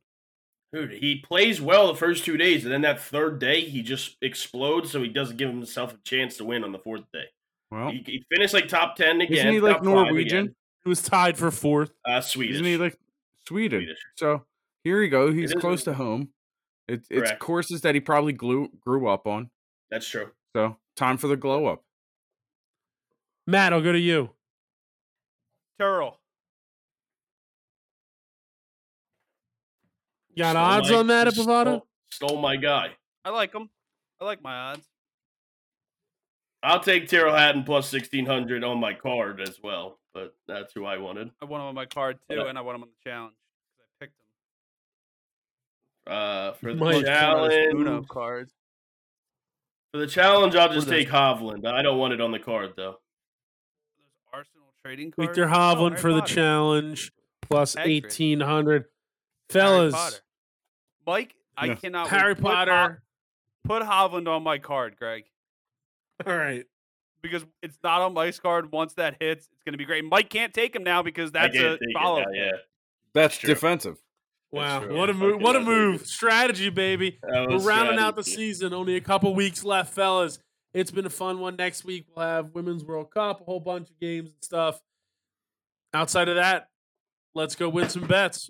S3: Dude, he plays well the first two days, and then that third day he just explodes, so he doesn't give himself a chance to win on the fourth day.
S2: Oh.
S5: Well,
S3: He, he finished like top ten again.
S5: isn't he like
S3: top five again.
S5: Norwegian?
S2: He was tied for fourth.
S3: Uh, Swedish.
S5: Isn't he like Sweden?
S3: Swedish.
S5: So here you go. He's
S3: is
S5: close to home. It, it's
S3: Correct.
S5: courses that he probably grew grew up on.
S3: That's true.
S5: So time for the glow up.
S2: Matt, I'll go to you.
S4: Turl.
S2: You got
S3: Stole
S2: odds
S3: my-
S2: on that at
S3: stole-
S2: Bovada?
S3: Stole my guy.
S4: I like him. I like my odds.
S3: I'll take Terrell Hatton plus sixteen hundred on my card as well, but that's who I wanted.
S4: I won him on my card too,
S3: Yeah.
S4: and I won him on the challenge. 'cause I picked him.
S3: Uh, for the
S2: My God,
S4: Uno
S3: challenge,
S4: cards.
S3: for the challenge, I'll just
S4: What are those?
S3: take Hovland. I don't want it on the card though.
S4: Those Arsenal trading cards.
S2: Victor
S4: Oh,
S2: Hovland
S4: Harry
S2: for the
S4: Potter.
S2: challenge plus
S4: Accurate.
S2: 1800.
S4: Harry
S2: Fellas,
S4: Potter. Mike, I
S5: No.
S4: cannot. wait.
S2: Harry
S4: Put Ho-
S2: Potter.
S4: Put Hovland on my card, Greg,
S2: All right.
S4: because it's not on Mike's card. Once that hits, it's going to be great. Mike can't take him now because
S3: I
S4: that's
S3: can't
S4: a
S3: take it now,
S4: follow.
S3: yeah,
S5: That's
S3: true.
S5: defensive.
S2: Wow.
S3: true.
S2: What a
S3: I
S2: move.
S3: fucking
S2: What a
S3: love it.
S2: move. Strategy, baby.
S3: That
S2: We're
S3: was
S2: rounding out the
S3: strategy.
S2: season. Only a couple weeks left, fellas. It's been a fun one. Next week we'll have Women's World Cup, a whole bunch of games and stuff. Outside of that, let's go win some bets.